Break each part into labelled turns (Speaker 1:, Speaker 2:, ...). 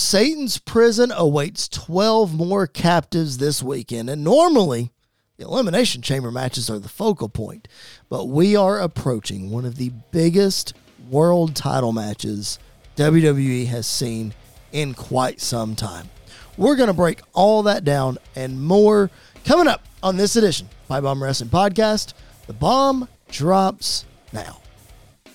Speaker 1: Satan's prison awaits 12 more captives this weekend. And normally, the Elimination Chamber matches are the focal point, but we are approaching one of the biggest world title matches WWE has seen in quite some time. We're going to break all that down and more coming up on this edition Pipe Bomb Wrestling Podcast. The bomb drops now.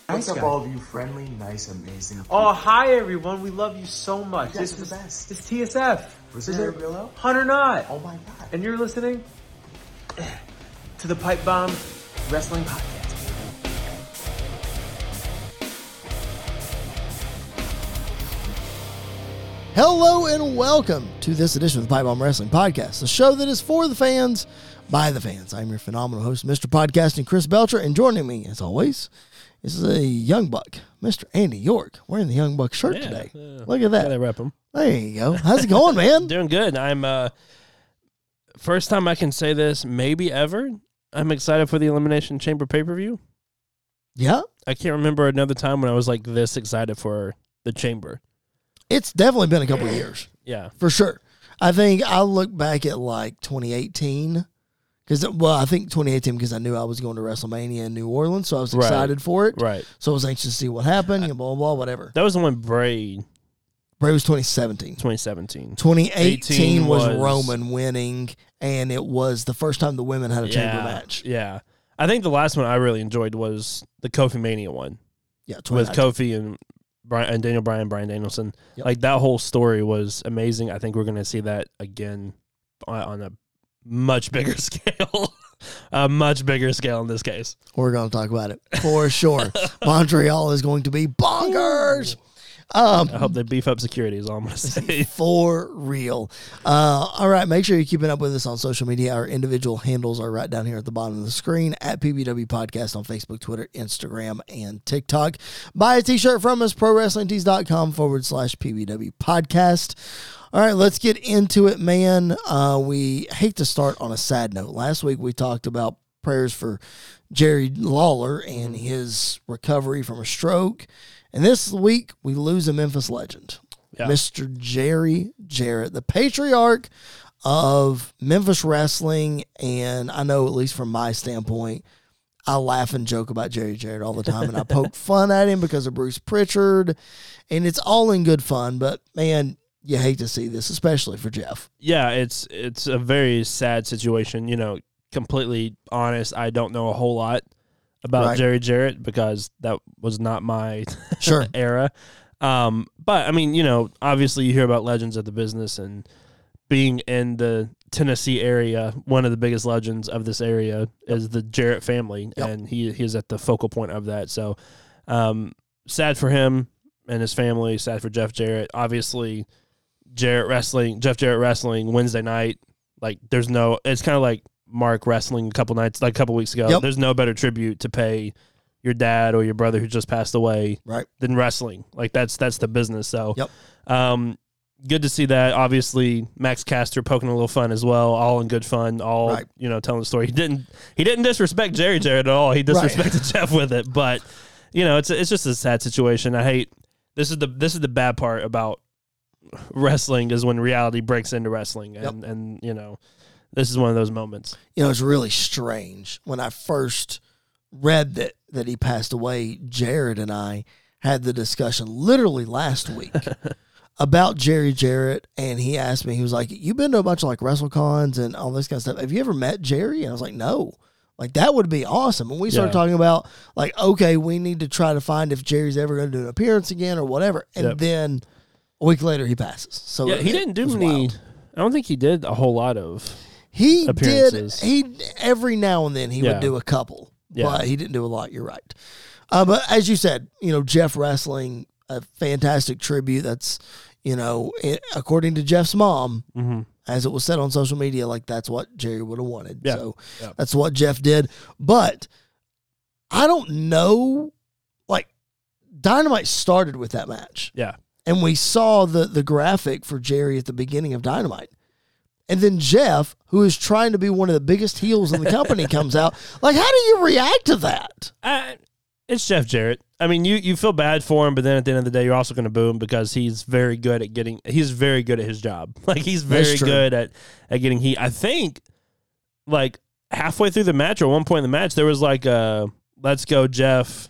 Speaker 2: What's
Speaker 3: Nice
Speaker 2: up,
Speaker 3: guy.
Speaker 2: all of you friendly, nice, amazing people?
Speaker 3: Oh, hi everyone. We love you so much.
Speaker 2: You guys
Speaker 3: this
Speaker 2: are
Speaker 3: is
Speaker 2: the best.
Speaker 3: This is TSF.
Speaker 2: Was
Speaker 3: This
Speaker 2: that
Speaker 3: is
Speaker 2: Rillo?
Speaker 3: Hunter Knott.
Speaker 2: Oh my god.
Speaker 3: And you're listening to the Pipe Bomb Wrestling Podcast.
Speaker 1: Hello and welcome to this edition of the Pipe Bomb Wrestling Podcast, the show that is for the fans by the fans. I'm your phenomenal host, Mr. Podcasting Chris Belcher, and joining me, as always, is a young buck, Mr. Andy York, wearing the young buck shirt
Speaker 4: Yeah,
Speaker 1: today.
Speaker 4: yeah.
Speaker 1: Look at
Speaker 4: Gotta
Speaker 1: that.
Speaker 4: rep 'em.
Speaker 1: There you go. How's it going, man?
Speaker 4: Doing good. Uh, I'm uh first time I can say this maybe ever. I'm excited for the Elimination Chamber pay per view.
Speaker 1: yeah,
Speaker 4: I can't remember another time when I was like this excited for the chamber.
Speaker 1: it's definitely been a couple of years
Speaker 4: Yeah.
Speaker 1: for sure. I think I look back at like 2018 because, well, I think 2018 because I knew I was going to WrestleMania in New Orleans, so I was
Speaker 4: Right.
Speaker 1: excited for it.
Speaker 4: Right.
Speaker 1: So I was anxious to see what happened, and blah, blah, blah, whatever.
Speaker 4: That was the one Bray
Speaker 1: Bray was 2017.
Speaker 4: 2017.
Speaker 1: 2018 was,
Speaker 4: was-
Speaker 1: Roman winning, and it was the first time the women had a chamber
Speaker 4: yeah.
Speaker 1: match.
Speaker 4: Yeah. I think the last one I really enjoyed was the Kofi Mania one
Speaker 1: Yeah,
Speaker 4: with
Speaker 1: 2019.
Speaker 4: Kofi and Brian and Daniel Bryan, Brian Danielson.
Speaker 1: Yep.
Speaker 4: Like that whole story was amazing. I think we're going to see that again on, on a much bigger scale. a much bigger scale in this case.
Speaker 1: We're going to talk about it for sure. Montreal is going to be bonkers. Um,
Speaker 4: I hope they beef up security is all I'm going to say.
Speaker 1: for real. Uh, all right, make sure you're keeping up with us on social media. Our individual handles are right down here at the bottom of the screen at PBW Podcast on Facebook, Twitter, Instagram, and TikTok. Buy a t shirt from us, prowrestlingtees.com forward slash PBW Podcast. All right, let's get into it, man. Uh, we hate to start on a sad note. Last week we talked about prayers for Jerry Lawler and his recovery from a stroke. And this week we lose a Memphis legend.
Speaker 4: Yeah.
Speaker 1: Mr. Jerry Jarrett, the patriarch of Memphis wrestling. And I know, at least from my standpoint, I laugh and joke about Jerry Jarrett all the time and I poke fun at him because of Bruce Pritchard. And it's all in good fun. But man, you hate to see this, especially for Jeff.
Speaker 4: yeah, it's it's a very sad situation. You know, completely honest, I don't know a whole lot about
Speaker 1: Right.
Speaker 4: Jerry Jarrett because that was not my
Speaker 1: Sure.
Speaker 4: era. Um, but I mean, you know, obviously you hear about legends of the business and being in the Tennessee area, one of the biggest legends of this area is the Jarrett family,
Speaker 1: Yep.
Speaker 4: and he he is at the focal point of that. So, um, sad for him and his family. Sad for Jeff Jarrett. Obviously, Jarrett wrestling, Jeff Jarrett wrestling Wednesday night. Like, there's no. It's kind of like Mark wrestling a couple nights, like a couple weeks ago.
Speaker 1: Yep.
Speaker 4: There's no better tribute to pay your dad or your brother who just passed away
Speaker 1: Right.
Speaker 4: than wrestling. Like that's that's the business. So
Speaker 1: Yep.
Speaker 4: um good to see that. Obviously Max Caster poking a little fun as well, all in good fun, all
Speaker 1: Right.
Speaker 4: you know, telling the story. He didn't he didn't disrespect Jerry Jarrett at all. He disrespected Jeff with it. But you know, it's it's just a sad situation. I hate this is the this is the bad part about wrestling is when reality breaks into wrestling and, and you know this is one of those moments.
Speaker 1: you know, it's really strange. When I first read that that he passed away, Jared and I had the discussion literally last week about Jerry Jarrett, and he asked me, he was like, "You've been to a bunch of like WrestleCons and all this kind of stuff. Have you ever met Jerry?" And I was like, "No." Like that would be awesome. And we started
Speaker 4: Yeah.
Speaker 1: talking about like, okay, we need to try to find if Jerry's ever going to do an appearance again or whatever. And
Speaker 4: Yep.
Speaker 1: then a week later, he passes. So
Speaker 4: Yeah,
Speaker 1: it-
Speaker 4: he didn't
Speaker 1: it
Speaker 4: do
Speaker 1: was
Speaker 4: many
Speaker 1: wild.
Speaker 4: I don't think he did a whole lot of
Speaker 1: He did.
Speaker 4: appearances.
Speaker 1: He every now and then he
Speaker 4: Yeah.
Speaker 1: would do a couple,
Speaker 4: Yeah.
Speaker 1: but he didn't do a lot. You're right. Uh, but as you said, you know Jeff wrestling a fantastic tribute. That's you know it, according to Jeff's mom,
Speaker 4: mm-hmm.
Speaker 1: as it was said on social media, like that's what Jerry would have wanted.
Speaker 4: Yeah.
Speaker 1: So
Speaker 4: Yeah.
Speaker 1: that's what Jeff did. But I don't know. Like Dynamite started with that match.
Speaker 4: Yeah.
Speaker 1: And we saw the the graphic for Jerry at the beginning of Dynamite. And then Jeff, who is trying to be one of the biggest heels in the company, comes out. Like, how do you react to that?
Speaker 4: I it's Jeff Jarrett. I mean, you you feel bad for him, but then at the end of the day, you're also going to boo him because he's very good at getting. He's very good at his job. Like he's
Speaker 1: That's
Speaker 4: very
Speaker 1: true.
Speaker 4: good at at getting heat. I think, like halfway through the match or one point in the match, there was like a "Let's go, Jeff."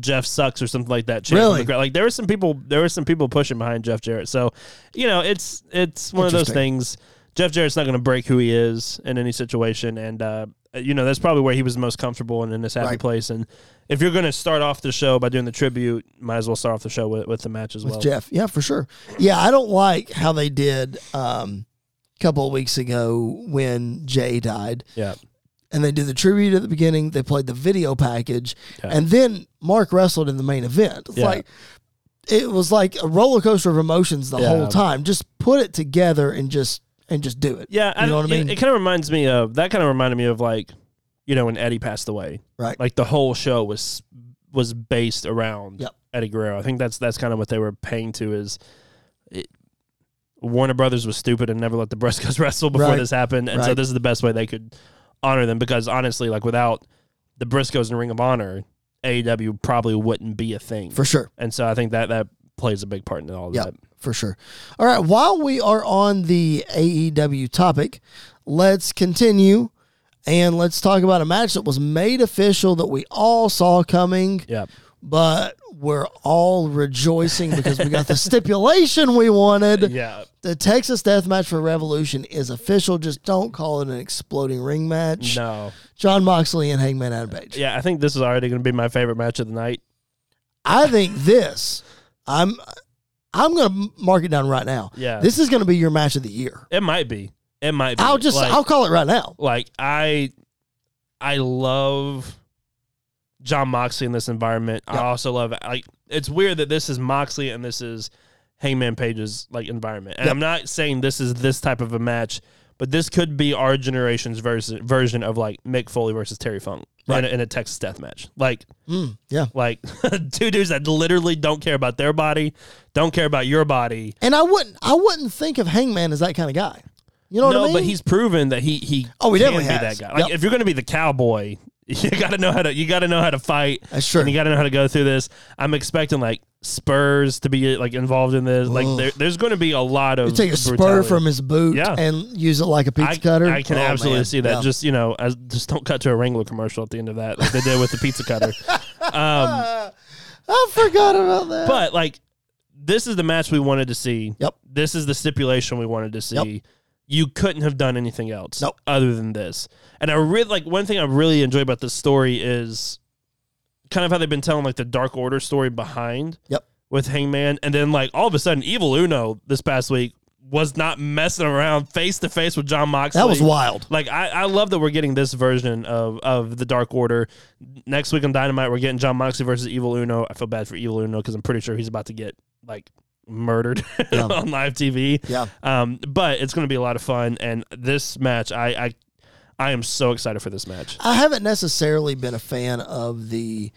Speaker 4: Jeff sucks or something like that. chant on the
Speaker 1: Really?
Speaker 4: crowd. Like there were some people. There were some people pushing behind Jeff Jarrett. So, you know, it's it's one of those
Speaker 1: Interesting.
Speaker 4: things. Jeff Jarrett's not going to break who he is in any situation, and uh, you know that's probably where he was most comfortable and in this happy
Speaker 1: Right.
Speaker 4: place. And if you're going to start off the show by doing the tribute, might as well start off the show with, with the match as
Speaker 1: with
Speaker 4: well.
Speaker 1: Jeff. Yeah, for sure. Yeah, I don't like how they did um, a couple of weeks ago when Jay died.
Speaker 4: Yeah,
Speaker 1: And they did the tribute at the beginning. They played the video package,
Speaker 4: Yeah.
Speaker 1: and then Mark wrestled in the main event. It's
Speaker 4: Yeah.
Speaker 1: Like it was like a roller coaster of emotions the
Speaker 4: Yeah.
Speaker 1: whole time. Just put it together and just and just do it.
Speaker 4: yeah.
Speaker 1: you know what I
Speaker 4: it-
Speaker 1: mean.
Speaker 4: It, kind of reminds me of that. Kind of reminded me of like, you know, when Eddie passed away.
Speaker 1: Right.
Speaker 4: Like the whole show was was based around
Speaker 1: Yep.
Speaker 4: Eddie Guerrero. I think that's that's kind of what they were paying to is. It, Warner Brothers was stupid and never let the Briscoes wrestle before
Speaker 1: Right.
Speaker 4: this happened, and so
Speaker 1: Right.
Speaker 4: this is the best way they could honor them because honestly, like without the Briscoes and Ring of Honor, AEW probably wouldn't be a thing.
Speaker 1: for sure.
Speaker 4: And so I think that that plays a big part in all of
Speaker 1: Yeah,
Speaker 4: that.
Speaker 1: for sure. All right, while we are on the AEW topic, let's continue and let's talk about a match that was made official that we all saw coming,
Speaker 4: Yeah.
Speaker 1: but we're all rejoicing because we got the stipulation we wanted.
Speaker 4: Yeah.
Speaker 1: The Texas Death Match for Revolution is official. Just don't call it an exploding ring match.
Speaker 4: No.
Speaker 1: John Moxley and Hangman Adam Page.
Speaker 4: Yeah, I think this is already going to be my favorite match of the night.
Speaker 1: I think this. I'm I'm going to mark it down right now.
Speaker 4: Yeah.
Speaker 1: This is going to be your match of the year.
Speaker 4: It might be. It might be.
Speaker 1: I'll just
Speaker 4: like,
Speaker 1: I'll call it right now.
Speaker 4: like I I love John Moxley in this environment. I
Speaker 1: Yep.
Speaker 4: also love like it's weird that this is Moxley and this is Hangman Page's like environment. And
Speaker 1: Yep.
Speaker 4: I'm not saying this is this type of a match, but this could be our generation's version version of like Mick Foley versus Terry Funk
Speaker 1: Right.
Speaker 4: in, a, in a Texas Death Match. Like
Speaker 1: Mm, yeah.
Speaker 4: like two dudes that literally don't care about their body, don't care about your body.
Speaker 1: And I wouldn't I wouldn't think of Hangman as that kind of guy. You know
Speaker 4: no,
Speaker 1: what I mean?
Speaker 4: but he's proven that he he
Speaker 1: Oh, he
Speaker 4: can
Speaker 1: definitely
Speaker 4: be
Speaker 1: has.
Speaker 4: that guy. Like
Speaker 1: Yep.
Speaker 4: if you're going to be the cowboy, you got to know how to you got to know how to fight.
Speaker 1: That's true.
Speaker 4: And you got to know how to go through this. I'm expecting like Spurs to be like involved in this. Like
Speaker 1: Ugh.
Speaker 4: there, there's going to be a lot of
Speaker 1: you take a spur
Speaker 4: brutality.
Speaker 1: from his boot
Speaker 4: Yeah.
Speaker 1: and use it like a pizza
Speaker 4: I,
Speaker 1: cutter.
Speaker 4: I can
Speaker 1: Oh,
Speaker 4: absolutely
Speaker 1: man.
Speaker 4: see that.
Speaker 1: Yeah.
Speaker 4: Just you know, as, just don't cut to a Wrangler commercial at the end of that, like they did with the pizza cutter. Um,
Speaker 1: I forgot about that.
Speaker 4: but like, this is the match we wanted to see.
Speaker 1: Yep.
Speaker 4: This is the stipulation we wanted to see. You couldn't have done anything else
Speaker 1: Nope.
Speaker 4: other than this. And I really like one thing I really enjoy about this story is kind of how they've been telling like the Dark Order story behind.
Speaker 1: Yep.
Speaker 4: With Hangman, and then like all of a sudden, Evil Uno this past week was not messing around face to face with John Moxley.
Speaker 1: that was wild.
Speaker 4: Like I, I love that we're getting this version of of the Dark Order. Next week on Dynamite, we're getting John Moxley versus Evil Uno. I feel bad for Evil Uno because I'm pretty sure he's about to get like murdered
Speaker 1: Yeah.
Speaker 4: on live TV.
Speaker 1: Yeah.
Speaker 4: Um, but it's going to be a lot of fun, and this match, I, I, I am so excited for this match.
Speaker 1: I haven't necessarily been a fan of the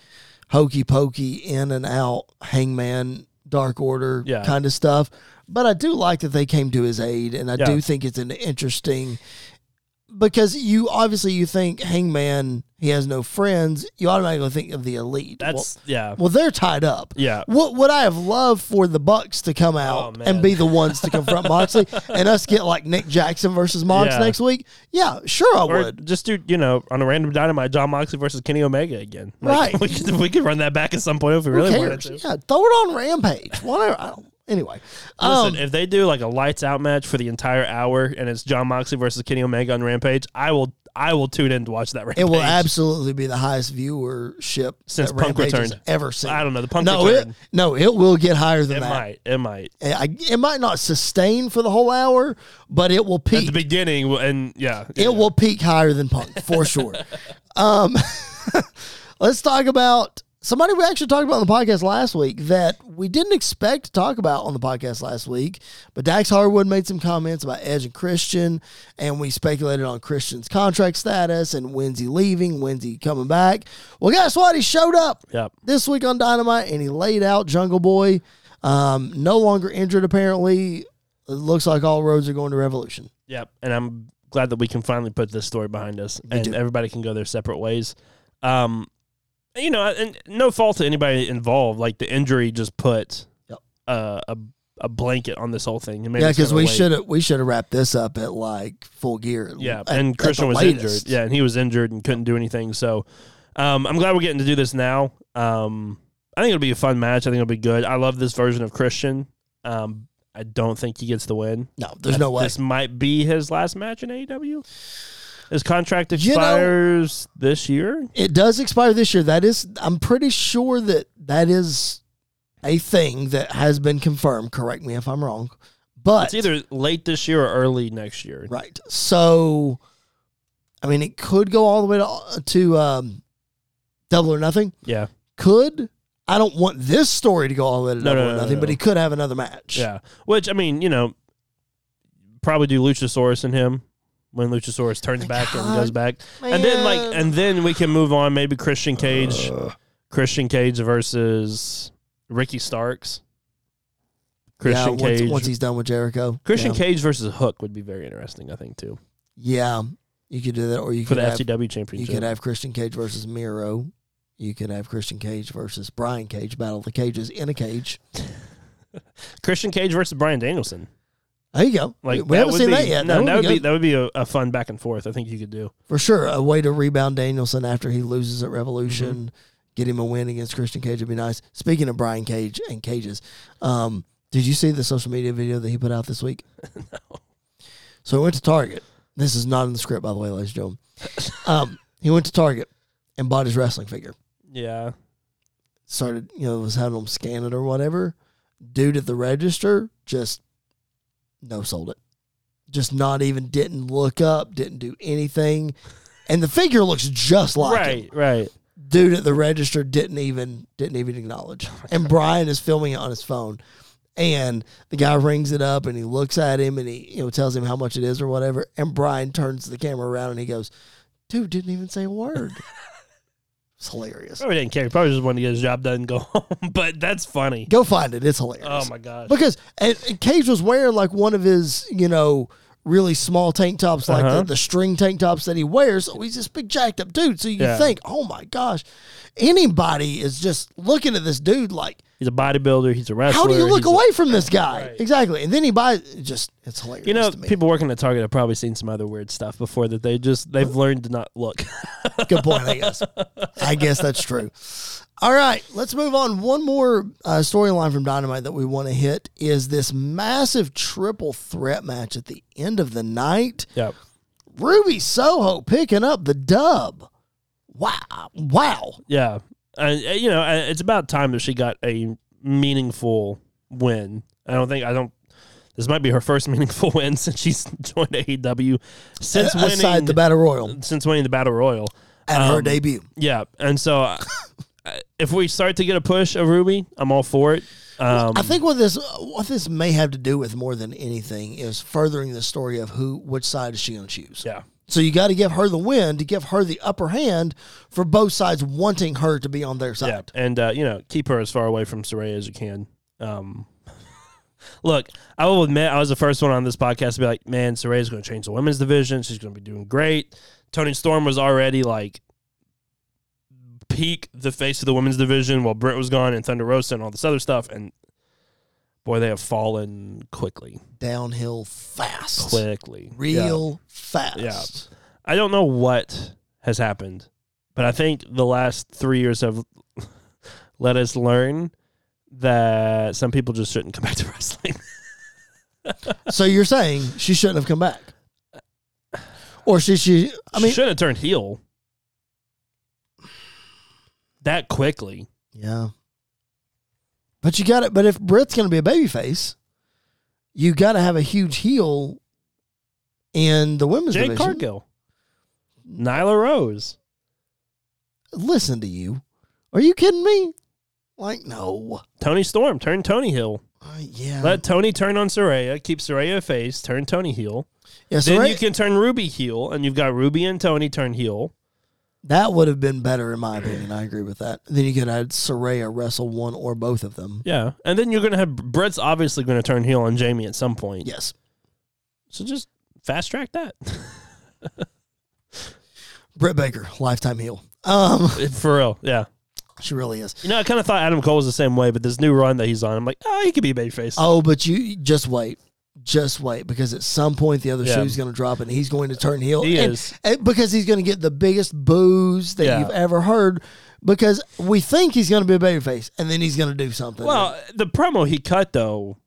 Speaker 1: hokey pokey in and out hangman dark order
Speaker 4: Yeah.
Speaker 1: kind of stuff. But I do like that they came to his aid and I
Speaker 4: Yeah.
Speaker 1: do think it's an interesting because you obviously you think hangman he has no friends, you automatically think of the elite.
Speaker 4: That's yeah,
Speaker 1: well, well they're tied up.
Speaker 4: yeah.
Speaker 1: What would I have loved for the Bucks to come out
Speaker 4: Oh, man.
Speaker 1: and be the ones to confront Moxley and us get like Nick Jackson versus Mox
Speaker 4: Yeah.
Speaker 1: next week? Yeah, sure I
Speaker 4: Or
Speaker 1: would.
Speaker 4: just do you know on a random Dynamite, John Moxley versus Kenny Omega again. Like,
Speaker 1: Right.
Speaker 4: We could, we could run that back at some point if we really
Speaker 1: Who
Speaker 4: wanted
Speaker 1: cares?
Speaker 4: to.
Speaker 1: Yeah, throw it on Rampage. Whatever. I don't, anyway, um,
Speaker 4: Listen, if they do like a lights out match for the entire hour and it's John Moxley versus Kenny Omega on Rampage, I will I will tune in to watch that Rampage.
Speaker 1: it will absolutely be the highest viewership
Speaker 4: Since
Speaker 1: that
Speaker 4: Punk
Speaker 1: Rampage has
Speaker 4: returned.
Speaker 1: ever seen.
Speaker 4: I don't know, the Punk
Speaker 1: no,
Speaker 4: return.
Speaker 1: It, no, it will get higher than
Speaker 4: It
Speaker 1: that.
Speaker 4: might. It might.
Speaker 1: And I- it might not sustain for the whole hour, but it will
Speaker 4: At
Speaker 1: peak.
Speaker 4: the beginning and yeah. yeah.
Speaker 1: it will peak higher than Punk for sure. Um, let's talk about somebody we actually talked about on the podcast last week that we didn't expect to talk about on the podcast last week. But Dax Harwood made some comments about Edge and Christian, and we speculated on Christian's contract status and when's he leaving, when's he coming back. Well, guess what? He showed up
Speaker 4: Yep.
Speaker 1: this week on Dynamite, and he laid out Jungle Boy. Um, no longer injured apparently. It looks like all roads are going to Revolution.
Speaker 4: Yep. And I'm glad that we can finally put this story behind us and
Speaker 1: too.
Speaker 4: everybody can go their separate ways. Um you know, and no fault to anybody involved. Like the injury just put
Speaker 1: Yep.
Speaker 4: uh, a a blanket on this whole thing. And maybe
Speaker 1: Yeah,
Speaker 4: it's
Speaker 1: because
Speaker 4: gonna
Speaker 1: we
Speaker 4: wait.
Speaker 1: should have we should have wrapped this up at like full gear.
Speaker 4: Yeah,
Speaker 1: at- at
Speaker 4: and
Speaker 1: the
Speaker 4: Christian was
Speaker 1: latest.
Speaker 4: injured. Yeah, and he was injured and couldn't do anything. So um, I'm glad we're getting to do this now. Um, I think it'll be a fun match. I think it'll be good. I love this version of Christian. Um, I don't think he gets the win.
Speaker 1: No, there's no way.
Speaker 4: This might be his last match in AEW. His contract
Speaker 1: You know-
Speaker 4: expires this year.
Speaker 1: It does expire this year. That is, I'm pretty sure that that is a thing that has been confirmed. Correct me if I'm wrong, but
Speaker 4: It's either late this year or early next year.
Speaker 1: right. So, I mean, it could go all the way to to um, double or nothing.
Speaker 4: Yeah,
Speaker 1: Could I don't want this story to go all the way to
Speaker 4: No,
Speaker 1: double
Speaker 4: no,
Speaker 1: or
Speaker 4: no,
Speaker 1: nothing,
Speaker 4: no,
Speaker 1: but
Speaker 4: no.
Speaker 1: he could have another match.
Speaker 4: yeah. Which I mean, you know, probably do Luchasaurus and him when Luchasaurus turns back and
Speaker 1: God,
Speaker 4: goes back. and then like
Speaker 1: Man.
Speaker 4: and then we can move on maybe christian cage christian cage versus ricky starks
Speaker 1: yeah,
Speaker 4: christian
Speaker 1: once,
Speaker 4: cage
Speaker 1: once he's done with Jericho,
Speaker 4: christian
Speaker 1: yeah.
Speaker 4: cage versus hook would be very interesting i think too
Speaker 1: yeah, you could do that, or you
Speaker 4: for
Speaker 1: could
Speaker 4: the
Speaker 1: have
Speaker 4: fcw
Speaker 1: You
Speaker 4: championship
Speaker 1: could have Christian Cage versus Miro. You could have Christian Cage versus Brian Cage battle of the cages in a cage.
Speaker 4: christian cage versus brian danielson
Speaker 1: There you go.
Speaker 4: like
Speaker 1: we haven't
Speaker 4: would
Speaker 1: seen
Speaker 4: be,
Speaker 1: that yet.
Speaker 4: no that would be
Speaker 1: good.
Speaker 4: that would be a, a fun back and forth i think you could do
Speaker 1: for sure a way to rebound Danielson after he loses at Revolution.
Speaker 4: Mm-hmm.
Speaker 1: Get him a win against Christian Cage would be nice. Speaking of Brian Cage and cages, um, did you see the social media video that he put out this week? no. So he went to Target. This is not in the script, by the way, ladies and gentlemen. um, he went to Target and bought his wrestling figure.
Speaker 4: yeah
Speaker 1: started, you know, was having them scan it or whatever. Dude at the register just no sold it. Just not even didn't look up, didn't do anything. And the figure looks just like
Speaker 4: right
Speaker 1: him.
Speaker 4: right
Speaker 1: Dude at the register didn't even didn't even acknowledge. And Brian is filming it on his phone. And the guy rings it up and he looks at him and he, you know, tells him how much it is or whatever. And Brian turns the camera around and he goes, Dude didn't even say a word. it's hilarious.
Speaker 4: probably didn't care probably just wanted to get his job done and go home but that's funny
Speaker 1: Go find it. It's hilarious.
Speaker 4: oh my god
Speaker 1: Because and, and Cage was wearing like one of his, you know, really small tank tops, like
Speaker 4: Uh-huh.
Speaker 1: the, the string tank tops that he wears. So he's this big jacked up dude. So you
Speaker 4: Yeah.
Speaker 1: think, oh my gosh, anybody is just looking at this dude like,
Speaker 4: he's a bodybuilder he's a wrestler
Speaker 1: how do you look
Speaker 4: he's a-
Speaker 1: away from this guy?
Speaker 4: Right.
Speaker 1: Exactly. And then he buys. It just it's hilarious.
Speaker 4: You know,
Speaker 1: to me.
Speaker 4: people working at Target have probably seen some other weird stuff before that they just they've learned to not look.
Speaker 1: Good point, I guess. I guess that's true. All right, let's move on. One more uh, storyline from Dynamite that we want to hit is this massive triple threat match at the end of the night.
Speaker 4: yep.
Speaker 1: Ruby Soho picking up the dub. Wow. Wow.
Speaker 4: Yeah. And uh, you know, uh, it's about time that she got a meaningful win. I don't think I don't this might be her first meaningful win since she's joined AEW since
Speaker 1: A-
Speaker 4: winning
Speaker 1: Aside the Battle Royal
Speaker 4: since winning the Battle Royal.
Speaker 1: at her
Speaker 4: Um,
Speaker 1: debut.
Speaker 4: Yeah. And so uh, uh, if we start to get a push of Ruby, I'm all for it. Um,
Speaker 1: I think what this what this may have to do with more than anything is furthering the story of who which side is she going to choose.
Speaker 4: yeah.
Speaker 1: So you got to give her the win to give her the upper hand for both sides wanting her to be on their
Speaker 4: Yeah,
Speaker 1: side.
Speaker 4: and uh, you know, keep her as far away from Soraya as you can. Um, look, I will admit, I was the first one on this podcast to be like, "Man, Soraya's going to change the women's division. She's going to be doing great." Tony Storm was already like peak the face of the women's division while Britt was gone and Thunder Rosa and all this other stuff, and boy, they have fallen quickly,
Speaker 1: Downhill fast.
Speaker 4: quickly, Yeah.
Speaker 1: Real fast.
Speaker 4: I don't know what has happened, but I think the last three years have let us learn that some people just shouldn't come back to wrestling.
Speaker 1: So you're saying she shouldn't have come back. Or she she I mean
Speaker 4: should have turned heel that quickly.
Speaker 1: Yeah. But you got it. But if Britt's going to be a babyface, you got to have a huge heel in the women's
Speaker 4: Jade
Speaker 1: division.
Speaker 4: Cargill, Nyla Rose.
Speaker 1: Listen to you. Are you kidding me? Like, no.
Speaker 4: Tony Storm, turn Tony heel.
Speaker 1: Uh, yeah.
Speaker 4: Let Tony turn on Soraya. Keep Soraya a face. Turn Tony heel.
Speaker 1: yeah
Speaker 4: then
Speaker 1: Soraya-
Speaker 4: you can turn Ruby heel, and you've got Ruby and Tony turn heel.
Speaker 1: that would have been better, in my opinion. I agree with that. Then you could have had Soraya wrestle one or both of them.
Speaker 4: Yeah, and then you're gonna have Brett's obviously gonna turn heel on Jamie at some point.
Speaker 1: Yes.
Speaker 4: So just fast track that
Speaker 1: Britt Baker, lifetime heel. Um,
Speaker 4: for real. Yeah,
Speaker 1: She really is.
Speaker 4: You know, I kind of thought Adam Cole was the same way, but this new run that he's on, I'm like, oh, he could be babyface.
Speaker 1: Oh, but you just wait. Just wait because at some point the other
Speaker 4: Yeah.
Speaker 1: shoe's going to drop and he's going to turn heel.
Speaker 4: He
Speaker 1: and,
Speaker 4: is.
Speaker 1: and because he's going to get the biggest booze that
Speaker 4: Yeah.
Speaker 1: you've ever heard because we think he's going to be a babyface and then he's going to do something.
Speaker 4: well, the promo he cut though,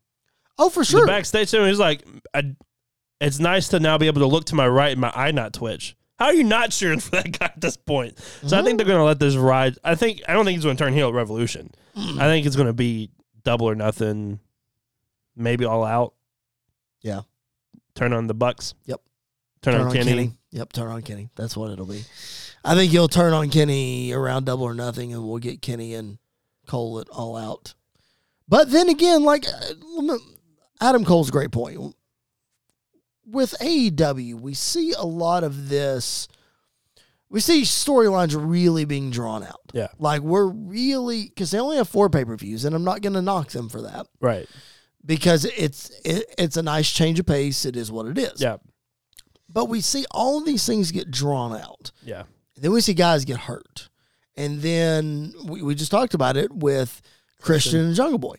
Speaker 1: oh, for sure.
Speaker 4: the backstage he was like, I, "It's nice to now be able to look to my right and my eye not twitch." How are you not cheering for that guy at this point? So I think they're going to let this ride. I think I don't think he's going to turn heel at Revolution. I think it's going to be double or nothing, maybe all out.
Speaker 1: Yeah.
Speaker 4: Turn on the Bucks.
Speaker 1: Yep.
Speaker 4: Turn, on, Kenny.
Speaker 1: Yep, turn on Kenny. That's what it'll be. I think you'll turn on Kenny around double or nothing, and we'll get Kenny and Cole it all out. But then again, like uh, lemme- Adam Cole's a great point. With AEW, we see a lot of this. We see storylines really being drawn out.
Speaker 4: Yeah.
Speaker 1: Like we're really because they only have four pay per views, and I'm not going to knock them for that
Speaker 4: Right.
Speaker 1: because it's it, it's a nice change of pace. It is what it is.
Speaker 4: Yeah.
Speaker 1: But we see all these things get drawn out.
Speaker 4: Yeah.
Speaker 1: Then we see guys get hurt. And then we, we just talked about it with Christian and Jungle Boy.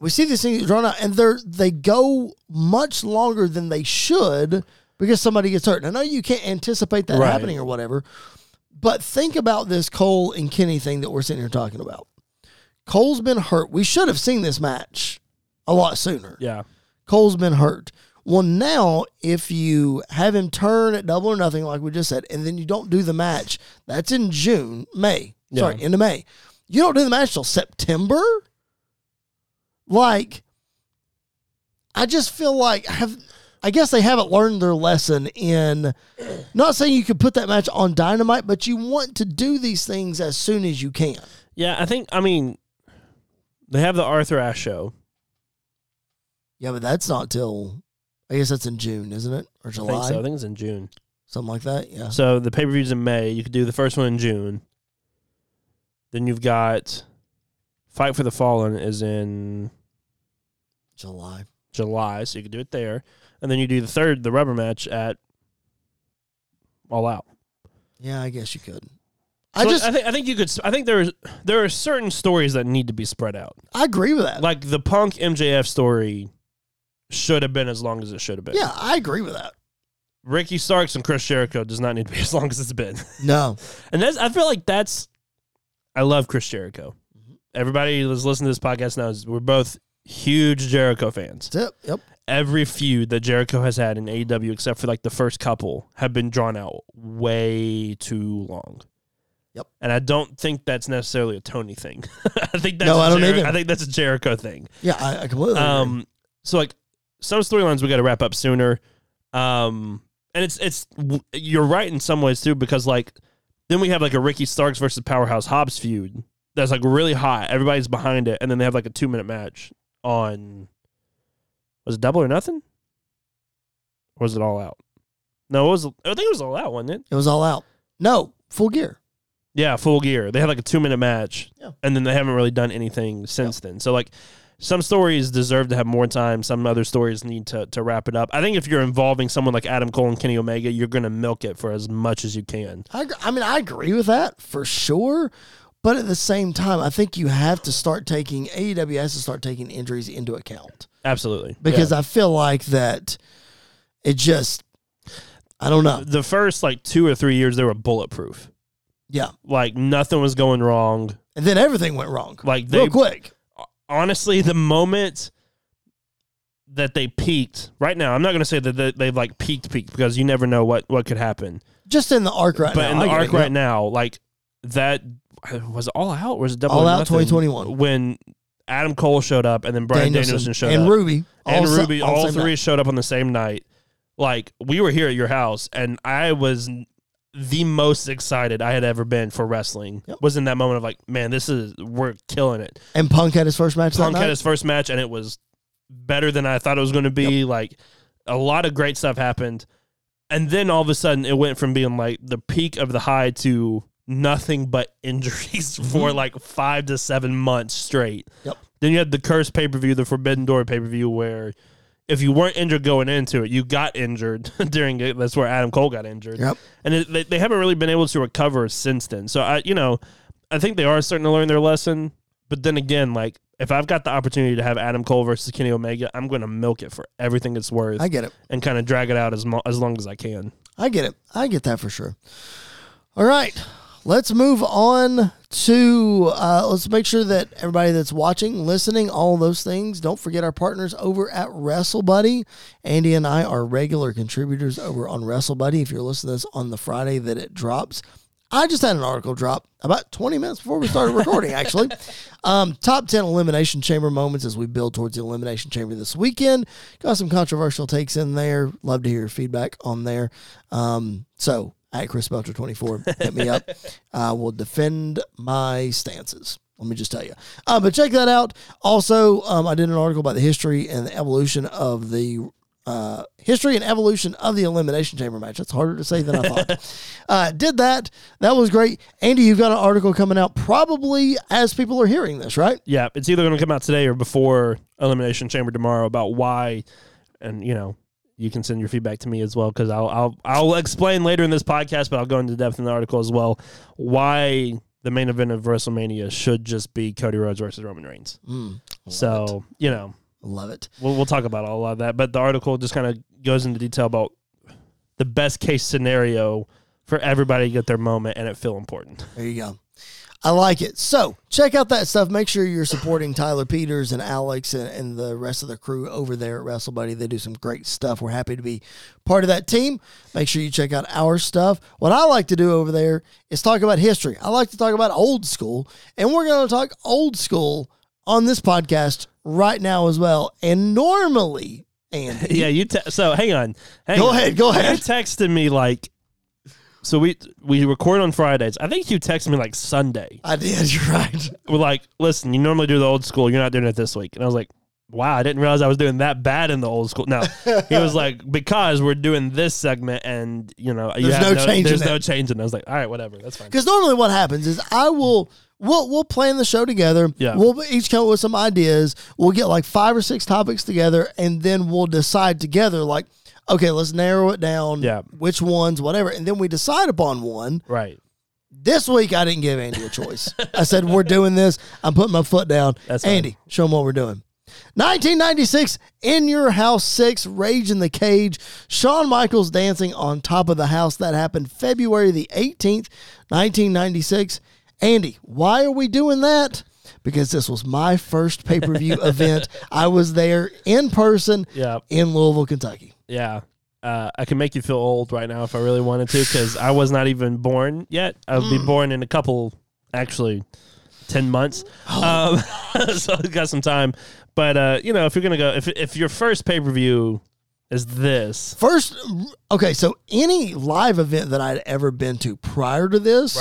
Speaker 1: We see these things get drawn out and they're they go much longer than they should because somebody gets hurt. And I know you can't anticipate that
Speaker 4: Right.
Speaker 1: happening or whatever. But think about this Cole and Kenny thing that we're sitting here talking about. Cole's been hurt. We should have seen this match a lot sooner.
Speaker 4: Yeah.
Speaker 1: Cole's been hurt. Well, now if you have him turn at double or nothing, like we just said, and then you don't do the match, that's in June, May. Sorry,
Speaker 4: Yeah.
Speaker 1: end of May. You don't do the match till September. Like, I just feel like have I guess they haven't learned their lesson in not saying you could put that match on dynamite, but you want to do these things as soon as you can.
Speaker 4: Yeah. I think. I mean, they have the Arthur Ashe show.
Speaker 1: Yeah, but that's not till I guess that's in June, isn't it? Or
Speaker 4: I
Speaker 1: July.
Speaker 4: think so. I think it's in June.
Speaker 1: Something like that. Yeah.
Speaker 4: So the pay per views in May. You could do the first one in June. Then you've got Fight for the Fallen is in
Speaker 1: July.
Speaker 4: July, so you could do it there. And then you do the third, the rubber match at All Out.
Speaker 1: Yeah, I guess you could.
Speaker 4: So
Speaker 1: I just
Speaker 4: I think I think you could. s- I think there is there are certain stories that need to be spread out.
Speaker 1: I agree with that.
Speaker 4: Like the Punk MJF story should have been as long as it should have been.
Speaker 1: yeah, I agree with that.
Speaker 4: Ricky Starks and Chris Jericho does not need to be as long as it's been.
Speaker 1: No.
Speaker 4: And that's I feel like that's I love Chris Jericho.
Speaker 1: Mm-hmm.
Speaker 4: Everybody that's listening to this podcast knows we're both huge Jericho fans.
Speaker 1: That's it. Yep.
Speaker 4: Every feud that Jericho has had in AEW, except for like the first couple, have been drawn out way too long.
Speaker 1: Yep.
Speaker 4: And I don't think that's necessarily a Tony thing. I think that's
Speaker 1: No,
Speaker 4: a
Speaker 1: I don't
Speaker 4: Jer-
Speaker 1: either.
Speaker 4: I think that's a Jericho thing.
Speaker 1: Yeah, I, I completely agree.
Speaker 4: Um, so like some storylines we got to wrap up sooner. Um, and it's it's w- you're right in some ways too because like then we have like a Ricky Starks versus Powerhouse Hobbs feud that's like really hot. Everybody's behind it, and then they have like a two minute match on was it double or nothing? Or was it all out? No, it was. I think it was all out, wasn't it?
Speaker 1: It was all out. No, full gear.
Speaker 4: Yeah, full gear. They had like a two minute match,
Speaker 1: Yeah.
Speaker 4: and then they haven't really done anything since then. So like, some stories deserve to have more time. Some other stories need to to wrap it up. I think if you're involving someone like Adam Cole and Kenny Omega, you're gonna milk it for as much as you can.
Speaker 1: I, agr- I mean, I agree with that for sure. But at the same time, I think you have to start taking AEW has to start taking injuries into account
Speaker 4: Absolutely,
Speaker 1: because I feel like that it just I don't know.
Speaker 4: the first like two or three years they were bulletproof.
Speaker 1: Yeah,
Speaker 4: Like nothing was going wrong.
Speaker 1: and then everything went wrong
Speaker 4: Like they
Speaker 1: real quick.
Speaker 4: honestly, the moment that they peaked right now, I'm not gonna say that they- they've like peaked peaked because you never know what what could happen.
Speaker 1: Just in the arc right
Speaker 4: but
Speaker 1: now.
Speaker 4: in the
Speaker 1: I get
Speaker 4: arc
Speaker 1: it,
Speaker 4: right now, like that was it all out. Or was it double
Speaker 1: All
Speaker 4: or
Speaker 1: Out
Speaker 4: nothing?
Speaker 1: 2021.
Speaker 4: when Adam Cole showed up and then
Speaker 1: yeah.
Speaker 4: Brian Danielson, showed
Speaker 1: and
Speaker 4: up
Speaker 1: Ruby
Speaker 4: and
Speaker 1: si-
Speaker 4: Ruby, all,
Speaker 1: same
Speaker 4: three
Speaker 1: night.
Speaker 4: showed up on the same night. Like we were here at your house, and I was the most excited I had ever been for wrestling.
Speaker 1: Yep.
Speaker 4: Was in that moment of like, man, this is we're killing it.
Speaker 1: And Punk had his first match.
Speaker 4: Punk
Speaker 1: that night.
Speaker 4: had his first match, and it was better than I thought it was going to be. Like a lot of great stuff happened, and then all of a sudden, it went from being like the peak of the high to nothing but injuries for like five to seven months straight.
Speaker 1: Yep.
Speaker 4: Then you had the cursed pay per view, the Forbidden Door pay per view, where if you weren't injured going into it, you got injured during it. That's where Adam Cole got injured
Speaker 1: Yep.
Speaker 4: and it, they, they haven't really been able to recover since then. So I, you know, I think they are starting to learn their lesson. But then again, like if I've got the opportunity to have Adam Cole versus Kenny Omega, I'm going to milk it for everything it's worth
Speaker 1: I get it.
Speaker 4: and kind of drag it out as mo- as long as I can.
Speaker 1: I get it. I get that for sure. All right. Let's move on to uh, let's make sure that everybody that's watching, listening, all those things, don't forget our partners over at Wrestle Buddy. Andy and I are regular contributors over on Wrestle Buddy. If you're listening to this on the Friday that it drops, I just had an article drop about 20 minutes before we started recording, actually. Um, top 10 Elimination Chamber moments as we build towards the Elimination Chamber this weekend. Got some controversial takes in there. Love to hear your feedback on there. Um, so, at Chris Belcher 24, hit me up. I will defend my stances. Let me just tell you. Uh, but check that out. Also, um, I did an article about the history and the evolution of the uh, history and evolution of the Elimination Chamber match. That's harder to say than I thought. uh, did that. That was great. Andy, you've got an article coming out probably as people are hearing this, right?
Speaker 4: Yeah, it's either going to come out today or before Elimination Chamber tomorrow about why, and you know, you can send your feedback to me as well because I'll I'll I'll explain later in this podcast, but I'll go into depth in the article as well why the main event of WrestleMania should just be Cody Rhodes versus Roman Reigns. so you know,
Speaker 1: Love it.
Speaker 4: we'll we'll talk about all of that, but the article just kind of goes into detail about the best case scenario for everybody to get their moment and it feel important.
Speaker 1: There you go. I like it. So check out that stuff. Make sure you're supporting Tyler Peters and Alex and, and the rest of the crew over there at Wrestle Buddy. They do some great stuff. We're happy to be part of that team. Make sure you check out our stuff. What I like to do over there is talk about history. I like to talk about old school, and we're going to talk old school on this podcast right now as well. And normally, Andy,
Speaker 4: Yeah, you. Te- so hang on. Hang
Speaker 1: Go
Speaker 4: on.
Speaker 1: ahead, go ahead.
Speaker 4: You texted me like. So we we record on Fridays. I think you texted me like Sunday.
Speaker 1: I did. You're right.
Speaker 4: We're like, listen, you normally do the old school. You're not doing it this week. And I was like, wow, I didn't realize I was doing that bad in the old school. No, he was like, because we're doing this segment, and you know, you
Speaker 1: There's
Speaker 4: have
Speaker 1: no change in
Speaker 4: There's
Speaker 1: it.
Speaker 4: no change in. It. I was like, all right, whatever, that's fine.
Speaker 1: Because normally what happens is I will we'll we'll plan the show together.
Speaker 4: Yeah.
Speaker 1: We'll each come up with some ideas. We'll get like five or six topics together, and then we'll decide together. Like, okay, let's narrow it down.
Speaker 4: Yeah.
Speaker 1: Which ones, whatever, and then we decide upon one.
Speaker 4: Right.
Speaker 1: This week I didn't give Andy a choice. I said we're doing this. I'm putting my foot down.
Speaker 4: That's fine.
Speaker 1: Andy, show them what we're doing. 1996, In Your House 6, Rage in the Cage, Shawn Michaels dancing on top of the house. That happened February the 18th, 1996. Andy, why are we doing that? Because this was my first pay per view event. I was there in person
Speaker 4: Yeah.
Speaker 1: in Louisville, Kentucky.
Speaker 4: Yeah. Uh, I can make you feel old right now if I really wanted to, because I was not even born yet. I'll
Speaker 1: Hmm.
Speaker 4: be born in a couple, actually, ten months.
Speaker 1: Oh.
Speaker 4: Um, so I've got some time. But uh, you know, if you're gonna go, if if your first pay per view is this,
Speaker 1: First, okay, so any live event that I'd ever been to prior to this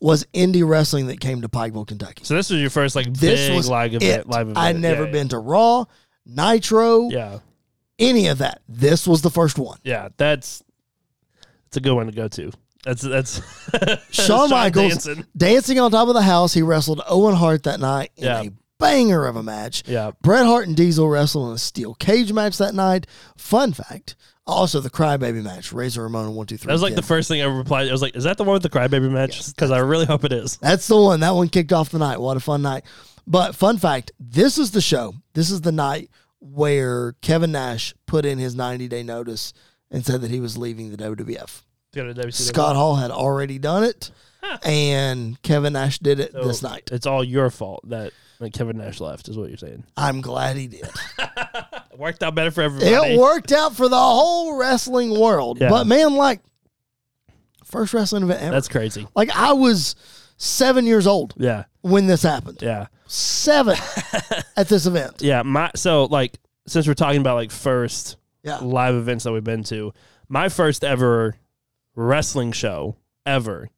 Speaker 1: was indie wrestling that came to Pikeville, Kentucky.
Speaker 4: So this was your first like
Speaker 1: this
Speaker 4: big
Speaker 1: was
Speaker 4: live
Speaker 1: it.
Speaker 4: event. Live event.
Speaker 1: I'd never
Speaker 4: Yeah,
Speaker 1: been to Raw, Nitro,
Speaker 4: Yeah. yeah.
Speaker 1: any of that. This was the first one.
Speaker 4: Yeah. That's. It's a good one to go to. That's that's.
Speaker 1: Shawn Michaels dancing.
Speaker 4: dancing.
Speaker 1: on top of the house. He wrestled Owen Hart that night in
Speaker 4: Yeah.
Speaker 1: a banger of a match.
Speaker 4: Yeah.
Speaker 1: Bret Hart and Diesel wrestled in a steel cage match that night. Fun fact. Also, the Crybaby match, Razor Ramon and 123.
Speaker 4: That was like
Speaker 1: Kid.
Speaker 4: the first thing I replied. I was like, "Is that the one with the crybaby match?" Because I really hope it is.
Speaker 1: That's the one. That one kicked off the night. What a fun night. But fun fact, this is the show. This is the night where Kevin Nash put in his 90 day notice and said that he was leaving the WWF.
Speaker 4: Go to WCW.
Speaker 1: Scott Hall had already done it and Kevin Nash did it
Speaker 4: So
Speaker 1: this night.
Speaker 4: It's all your fault that, that Kevin Nash left, is what you're saying.
Speaker 1: I'm glad he did.
Speaker 4: It worked out better for everybody.
Speaker 1: it worked out for the whole wrestling world.
Speaker 4: Yeah.
Speaker 1: But man, like first wrestling event ever.
Speaker 4: That's crazy.
Speaker 1: like I was 7 years old
Speaker 4: Yeah,
Speaker 1: when this happened.
Speaker 4: yeah,
Speaker 1: 7 at this event.
Speaker 4: yeah. My so like since we're talking about like first
Speaker 1: Yeah.
Speaker 4: live events that we've been to, my first ever wrestling show ever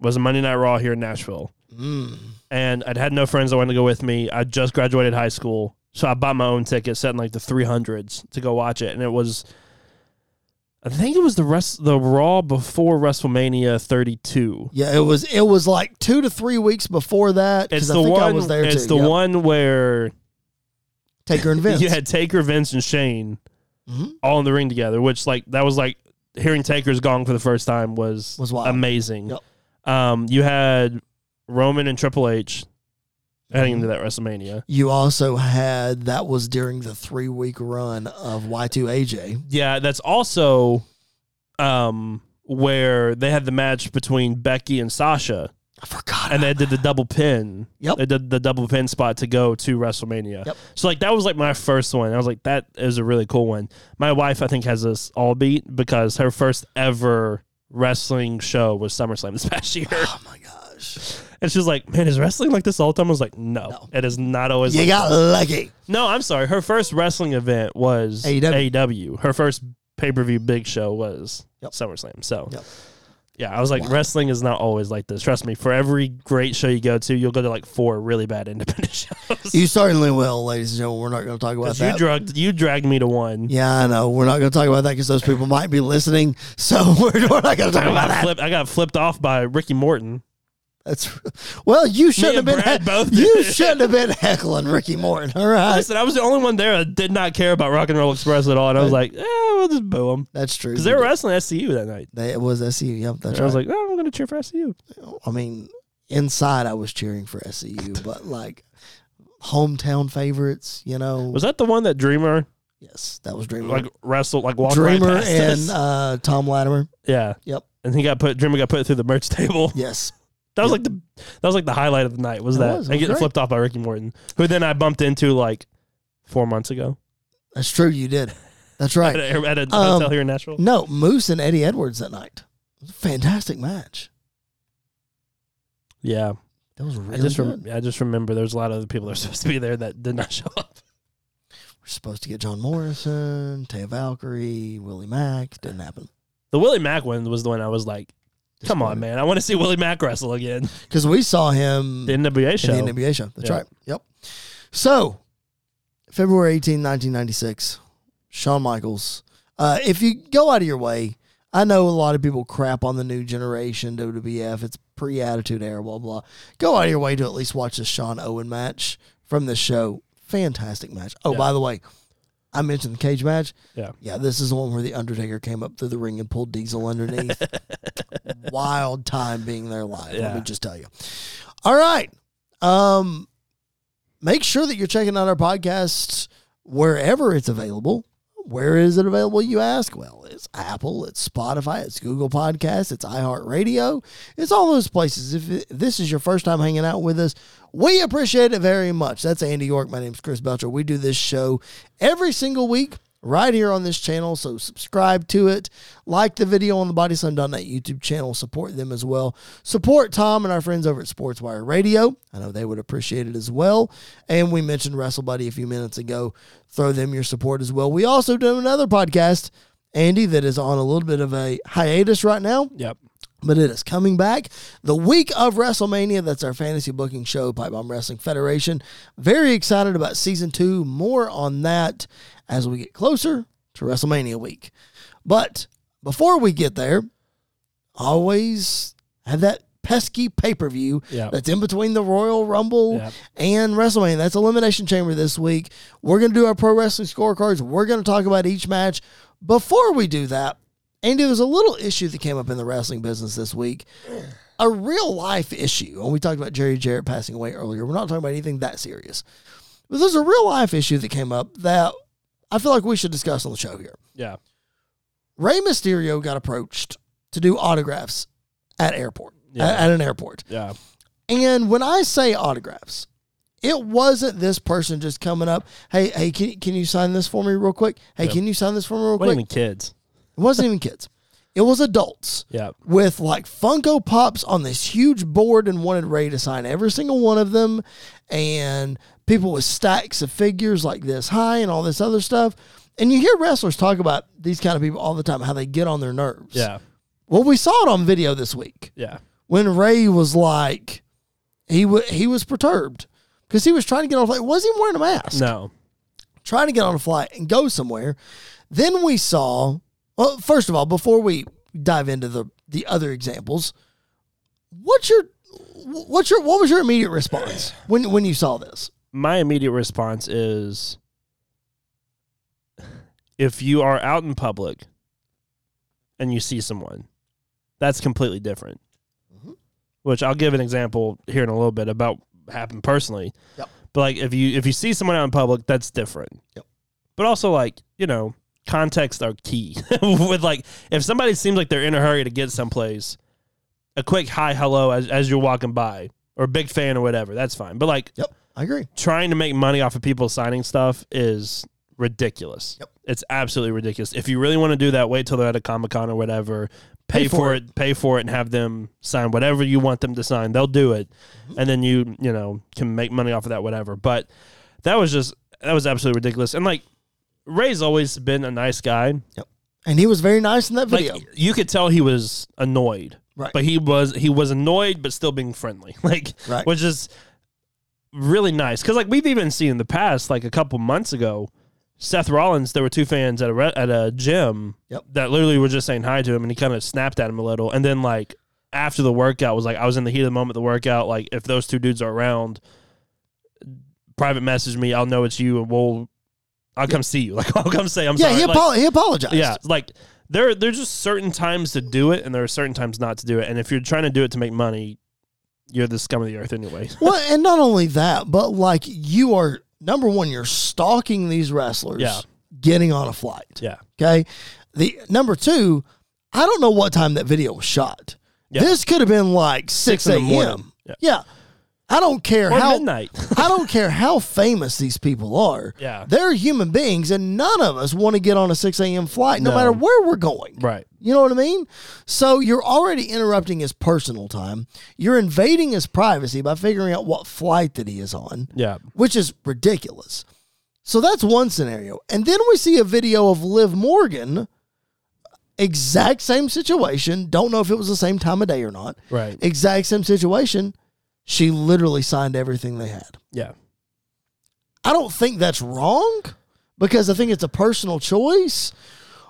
Speaker 4: was a Monday Night Raw here in Nashville,
Speaker 1: Mm.
Speaker 4: and I'd had no friends that wanted to go with me. I just graduated high school, so I bought my own ticket, set in like the three hundreds to go watch it, and it was. I think it was the rest the Raw before WrestleMania 32.
Speaker 1: Yeah, it was it was like two to three weeks before that. 'cause
Speaker 4: It's
Speaker 1: I
Speaker 4: the
Speaker 1: think
Speaker 4: one.
Speaker 1: I was there
Speaker 4: it's
Speaker 1: too.
Speaker 4: the
Speaker 1: Yep.
Speaker 4: one where
Speaker 1: Taker and Vince.
Speaker 4: you had Taker, Vince, and Shane
Speaker 1: Mhm.
Speaker 4: all in the ring together. Which like that was like hearing Taker's gong for the first time was
Speaker 1: Was wild.
Speaker 4: amazing.
Speaker 1: Yep.
Speaker 4: Um, you had Roman and Triple H heading into that WrestleMania.
Speaker 1: You also had that was during the three week run of Y2AJ.
Speaker 4: Yeah, that's also um, where they had the match between Becky and Sasha,
Speaker 1: I forgot.
Speaker 4: and they did the double pin.
Speaker 1: Yep.
Speaker 4: They did the double pin spot to go to WrestleMania.
Speaker 1: Yep.
Speaker 4: So like that was like my first one. I was like, that is a really cool one. My wife, I think, has us all beat because her first ever wrestling show was SummerSlam this past year.
Speaker 1: oh my gosh.
Speaker 4: And she was like, Man, is wrestling like this all the time? I was like, No,
Speaker 1: No.
Speaker 4: it is not always
Speaker 1: You
Speaker 4: like
Speaker 1: got lucky.
Speaker 4: No, I'm sorry. Her first wrestling event was
Speaker 1: AEW.
Speaker 4: AEW. Her first pay per view big show was
Speaker 1: Yep.
Speaker 4: SummerSlam. So,
Speaker 1: Yep.
Speaker 4: yeah, I was like,
Speaker 1: Wow.
Speaker 4: wrestling is not always like this. Trust me. For every great show you go to, you'll go to like four really bad independent shows.
Speaker 1: You certainly will, ladies and gentlemen. We're not going to talk about
Speaker 4: 'Cause you
Speaker 1: that.
Speaker 4: drugged, you dragged me to one.
Speaker 1: yeah, I know. We're not going to talk about that because those people might be listening. So we're, we're not going to talk
Speaker 4: I
Speaker 1: about
Speaker 4: got,
Speaker 1: that.
Speaker 4: flipped, I got flipped off by Ricky Morton.
Speaker 1: That's well. You shouldn't have
Speaker 4: and
Speaker 1: been.
Speaker 4: Brad both
Speaker 1: you
Speaker 4: did.
Speaker 1: shouldn't have been heckling Ricky Morton. All right,
Speaker 4: Listen, I was the only one there that did not care about Rock and Roll Express at all. And I
Speaker 1: Uh,
Speaker 4: was like, eh, we'll just boo them.
Speaker 1: that's true.
Speaker 4: Because they were wrestling SCU that night.
Speaker 1: They, it was SCU. Yep, that's
Speaker 4: And I was
Speaker 1: right.
Speaker 4: like, oh, I'm going to cheer for SCU.
Speaker 1: I mean, inside I was cheering for SCU, but like hometown favorites, you know.
Speaker 4: Was that the one that Dreamer
Speaker 1: yes, that was Dreamer.
Speaker 4: like wrestled like walked right
Speaker 1: Dreamer
Speaker 4: past us.
Speaker 1: and uh, Tom Latimer.
Speaker 4: yeah
Speaker 1: Yep.
Speaker 4: and he got put Dreamer got put through the merch table
Speaker 1: Yes.
Speaker 4: that was
Speaker 1: Yep.
Speaker 4: like the that was like the highlight of the night was
Speaker 1: It
Speaker 4: that
Speaker 1: was, it
Speaker 4: and
Speaker 1: was
Speaker 4: getting
Speaker 1: great.
Speaker 4: flipped off by Ricky Morton who then I bumped into like four months ago
Speaker 1: That's true. You did. That's
Speaker 4: at
Speaker 1: right.
Speaker 4: a, at a
Speaker 1: Um,
Speaker 4: hotel here in Nashville
Speaker 1: No, Moose and Eddie Edwards that night. It was a fantastic match.
Speaker 4: yeah
Speaker 1: That was
Speaker 4: I
Speaker 1: really
Speaker 4: just
Speaker 1: good.
Speaker 4: rem- I just remember there's a lot of other people that were supposed to be there that did not show up
Speaker 1: We're supposed to get John Morrison, Taya Valkyrie, Willie Mack. Didn't happen.
Speaker 4: the Willie Mack one was the one I was like come on man I want to see Willie Mack wrestle again
Speaker 1: Because we saw him
Speaker 4: Mm. the NWA show
Speaker 1: in the NBA show. That's
Speaker 4: Yeah.
Speaker 1: right. Yep. So, February 18, 1996, Shawn Michaels. Uh, if you go out of your way, I know a lot of people crap on the new generation, WWF. It's pre attitude era, blah, blah. Go out of your way to at least watch the Shawn Owen match from this show. Fantastic match. Oh,
Speaker 4: Yeah.
Speaker 1: by the way, I mentioned the cage match.
Speaker 4: Yeah.
Speaker 1: Yeah, this is the one where The Undertaker came up through the ring and pulled Diesel underneath. Wild time being there live. Let me
Speaker 4: Yeah.
Speaker 1: just tell you. All right. Um, make sure that you're checking out our podcast wherever it's available. Where is it available, you ask? Well, it's Apple, it's Spotify, it's Google Podcasts, it's iHeartRadio, it's all those places. If it- this is your first time hanging out with us, we appreciate it very much. That's Andy York. My name's Chris Belcher. We do this show every single week right here on this channel. So subscribe to it, like the video on the BodySlam.net YouTube channel, support them as well. Support Tom and our friends over at Sportswire Radio. I know they would appreciate it as well. And we mentioned Wrestle Buddy a few minutes ago. Throw them your support as well. We also do another podcast, Andy, that is on a little bit of a hiatus right now
Speaker 4: yep
Speaker 1: but it is coming back the week of WrestleMania. That's our fantasy booking show, Pipe Bomb Wrestling Federation. Very excited about season two. More on that as we get closer to WrestleMania week. But before we get there, always have that pesky pay per view
Speaker 4: Yep.
Speaker 1: that's in between the Royal Rumble
Speaker 4: Yep.
Speaker 1: and WrestleMania. That's Elimination Chamber this week. We're going to do our pro wrestling scorecards. We're going to talk about each match. Before we do that, Andy, there's a little issue that came up in the wrestling business this week. A real life issue. And we talked about Jerry Jarrett passing away earlier. We're not talking about anything that serious. But there's a real life issue that came up that I feel like we should discuss on the show here.
Speaker 4: yeah
Speaker 1: Rey Mysterio got approached to do autographs at airport.
Speaker 4: Yeah.
Speaker 1: At- at an airport.
Speaker 4: yeah
Speaker 1: And when I say autographs, it wasn't this person just coming up, hey, hey, can, can you sign this for me real quick? Hey,
Speaker 4: Yep.
Speaker 1: can you sign this for me real
Speaker 4: wasn't
Speaker 1: quick?
Speaker 4: even kids
Speaker 1: It wasn't even kids. It was adults
Speaker 4: yeah
Speaker 1: with like Funko Pops on this huge board and wanted Ray to sign every single one of them. And people with stacks of figures like this high and all this other stuff. And you hear wrestlers talk about these kind of people all the time, how they get on their nerves.
Speaker 4: yeah
Speaker 1: Well, we saw it on video this week
Speaker 4: yeah
Speaker 1: when Ray was like, he wa he was perturbed because he was trying to get on a flight. Wasn't even wearing a mask.
Speaker 4: no
Speaker 1: Trying to get on a flight and go somewhere. Then we saw. Well, first of all, before we dive into the the other examples, what's your what's your what was your immediate response when when you saw this?
Speaker 4: my immediate response is if you are out in public
Speaker 1: Mm-hmm.
Speaker 4: and you see someone, that's completely different. which I'll give an example here in a little bit about happened personally.
Speaker 1: Yep.
Speaker 4: But like if you if you see someone out in public, that's different.
Speaker 1: Yep.
Speaker 4: But also like you know context are key. With like if somebody seems like they're in a hurry to get someplace, a quick hi hello as as you're walking by or big fan or whatever, that's fine. But like
Speaker 1: Yep, I agree.
Speaker 4: trying to make money off of people signing stuff is ridiculous.
Speaker 1: Yep.
Speaker 4: It's absolutely ridiculous. If you really want to do that, wait till they're at a Comic Con or whatever. Pay, for, it. pay for it, and have them sign whatever you want them to sign. They'll do it, and then you you know can make money off of that, whatever. But that was just that was absolutely ridiculous. And like Ray's always been a nice guy.
Speaker 1: And he was very nice in that
Speaker 4: Like
Speaker 1: video.
Speaker 4: you could tell he was annoyed,
Speaker 1: Right.
Speaker 4: But he was he was annoyed, but still being friendly. Like
Speaker 1: right.
Speaker 4: which is really nice because like we've even seen in the past, like a couple months ago, Seth Rollins. There were two fans at a re- at a gym
Speaker 1: Yep.
Speaker 4: that literally were just saying hi to him, and he kind of snapped at him a little, and then like after the workout was like I was in the heat of the moment. The workout, like if those two dudes are around, private message me. I'll know it's you, and we'll I'll come see you. Like I'll come say I'm
Speaker 1: yeah,
Speaker 4: sorry.
Speaker 1: he,
Speaker 4: Like,
Speaker 1: apo- he apologized.
Speaker 4: yeah, like there there's just certain times to do it, and there are certain times not to do it. And if you're trying to do it to make money, you're the scum of the earth anyway.
Speaker 1: Well, and not only that, but like you are number one, you're stalking these wrestlers
Speaker 4: Yeah.
Speaker 1: getting on a flight.
Speaker 4: Yeah.
Speaker 1: Okay. The number two, I don't know what time that video was shot.
Speaker 4: Yeah.
Speaker 1: This could have been like six,
Speaker 4: Six in
Speaker 1: a.m.
Speaker 4: the morning.
Speaker 1: Yeah.
Speaker 4: Yeah.
Speaker 1: I don't care
Speaker 4: Or
Speaker 1: how
Speaker 4: midnight.
Speaker 1: I don't care how famous these people are.
Speaker 4: Yeah.
Speaker 1: They're human beings and none of us want to get on a six AM flight no,
Speaker 4: No.
Speaker 1: matter where we're going.
Speaker 4: right.
Speaker 1: You know what I mean? So you're already interrupting his personal time. You're invading his privacy by figuring out what flight that he is on,
Speaker 4: Yeah.
Speaker 1: which is ridiculous. So that's one scenario. And then we see a video of Liv Morgan, exact same situation. Don't know if it was the same time of day or not.
Speaker 4: Right.
Speaker 1: Exact same situation. She literally signed everything they had.
Speaker 4: Yeah.
Speaker 1: I don't think that's wrong because I think it's a personal choice.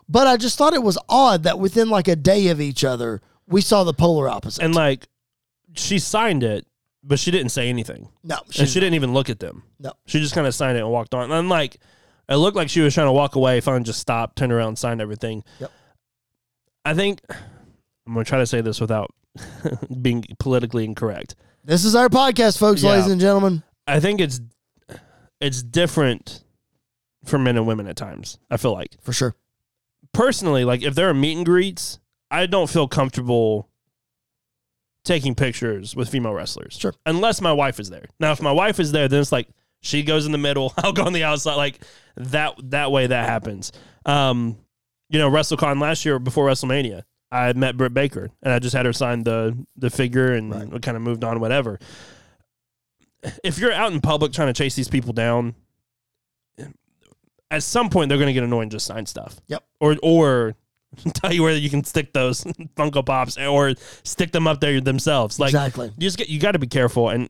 Speaker 1: But I just thought it was odd that within like a day of each other, we saw the polar opposite.
Speaker 4: And like she signed it, but she didn't say anything.
Speaker 1: no,
Speaker 4: and she
Speaker 1: didn't.
Speaker 4: didn't even look at them.
Speaker 1: No.
Speaker 4: She just kind of signed it and walked on. And like it looked like she was trying to walk away, finally just stopped, turned around, signed everything.
Speaker 1: Yep.
Speaker 4: I think I'm gonna try to say this without being politically incorrect.
Speaker 1: This is our podcast, folks,
Speaker 4: Yeah.
Speaker 1: ladies and gentlemen.
Speaker 4: I think it's it's different for men and women at times. I feel like
Speaker 1: For sure.
Speaker 4: personally, like if there are meet and greets, I don't feel comfortable taking pictures with female wrestlers.
Speaker 1: Sure.
Speaker 4: Unless my wife is there. Now, if my wife is there, then it's like she goes in the middle, I'll go on the outside. Like that that way that happens. Um, you know, WrestleCon last year before WrestleMania, I met Britt Baker and I just had her sign the the figure and
Speaker 1: Right.
Speaker 4: we kind of moved on, whatever. If you're out in public trying to chase these people down, at some point they're going to get annoyed and just sign stuff.
Speaker 1: Yep.
Speaker 4: Or or tell you where you can stick those Funko Pops or stick them up there themselves. Like
Speaker 1: exactly.
Speaker 4: you just get you got to be careful and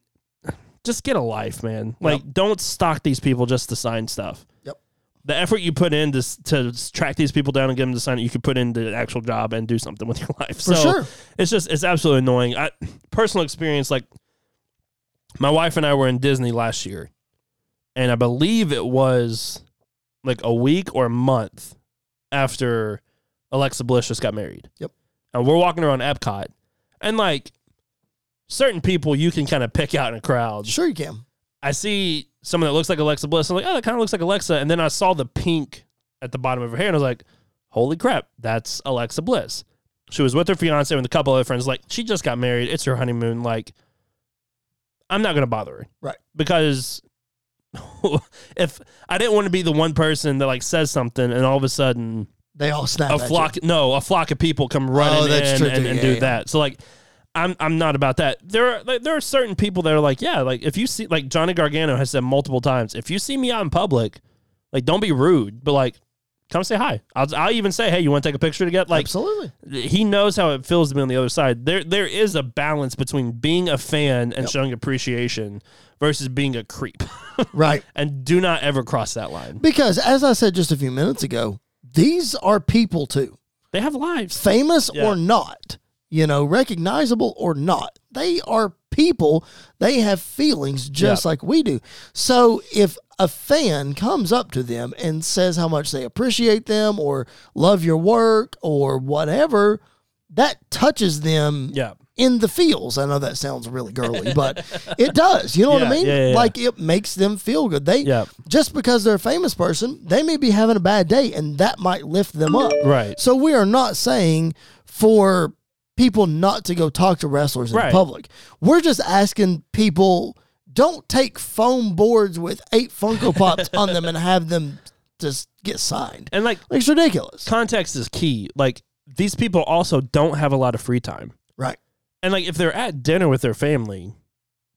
Speaker 4: just get a life, man. Like don't stalk these people just to sign stuff.
Speaker 1: Yep.
Speaker 4: The effort you put in to s- to s- track these people down and get them to sign it, you could put into an actual job and do something with your life.
Speaker 1: For
Speaker 4: so
Speaker 1: sure.
Speaker 4: it's just it's absolutely annoying. I personal experience like my wife and I were in Disney last year, and I believe it was like a week or a month after Alexa Bliss just got married.
Speaker 1: Yep.
Speaker 4: And we're walking around Epcot, and like certain people you can kind of pick out in a crowd.
Speaker 1: Sure, you can.
Speaker 4: I see someone that looks like Alexa Bliss. I'm like, oh, that kind of looks like Alexa. And then I saw the pink at the bottom of her hair, and I was like, holy crap, that's Alexa Bliss. She was with her fiance and a couple other friends. Like, she just got married. It's her honeymoon. Like, I'm not gonna bother her,
Speaker 1: Right.
Speaker 4: Because if I didn't want to be the one person that like says something, and all of a sudden
Speaker 1: They all snap.
Speaker 4: a
Speaker 1: at you.
Speaker 4: flock no a flock of people come running
Speaker 1: Oh, that's
Speaker 4: in
Speaker 1: true,
Speaker 4: and,
Speaker 1: too.
Speaker 4: and
Speaker 1: Yeah,
Speaker 4: do
Speaker 1: yeah.
Speaker 4: that so like i'm i'm not about that there are like, there are certain people that are like yeah like if you see like johnny gargano has said multiple times if you see me out in public like don't be rude but like come say hi i'll, I'll even say hey you want to take a picture together like
Speaker 1: Absolutely.
Speaker 4: he knows how it feels to be on the other side there there is a balance between being a fan and showing appreciation versus being a creep
Speaker 1: Right.
Speaker 4: and do not ever cross that line
Speaker 1: Because as I said just a few minutes ago, these are people too.
Speaker 4: they have lives
Speaker 1: famous
Speaker 4: Yeah.
Speaker 1: or not, you know, recognizable or not, they are people. They have feelings just like we do. So if a fan comes up to them and says how much they appreciate them or love your work or whatever, that touches them
Speaker 4: yeah
Speaker 1: in the feels. I know that sounds really girly, but it does. You know what
Speaker 4: Yeah,
Speaker 1: I mean?
Speaker 4: yeah, yeah, yeah.
Speaker 1: Like it makes them feel good. They
Speaker 4: Yeah.
Speaker 1: just because they're a famous person, they may be having a bad day and that might lift them up.
Speaker 4: Right.
Speaker 1: So we are not saying for people not to go talk to wrestlers in
Speaker 4: Right.
Speaker 1: public. We're just asking people don't take foam boards with eight Funko Pops on them and have them just get signed.
Speaker 4: And like
Speaker 1: Like it's ridiculous.
Speaker 4: context is key. Like these people also don't have a lot of free time.
Speaker 1: Right.
Speaker 4: And like if they're at dinner with their family,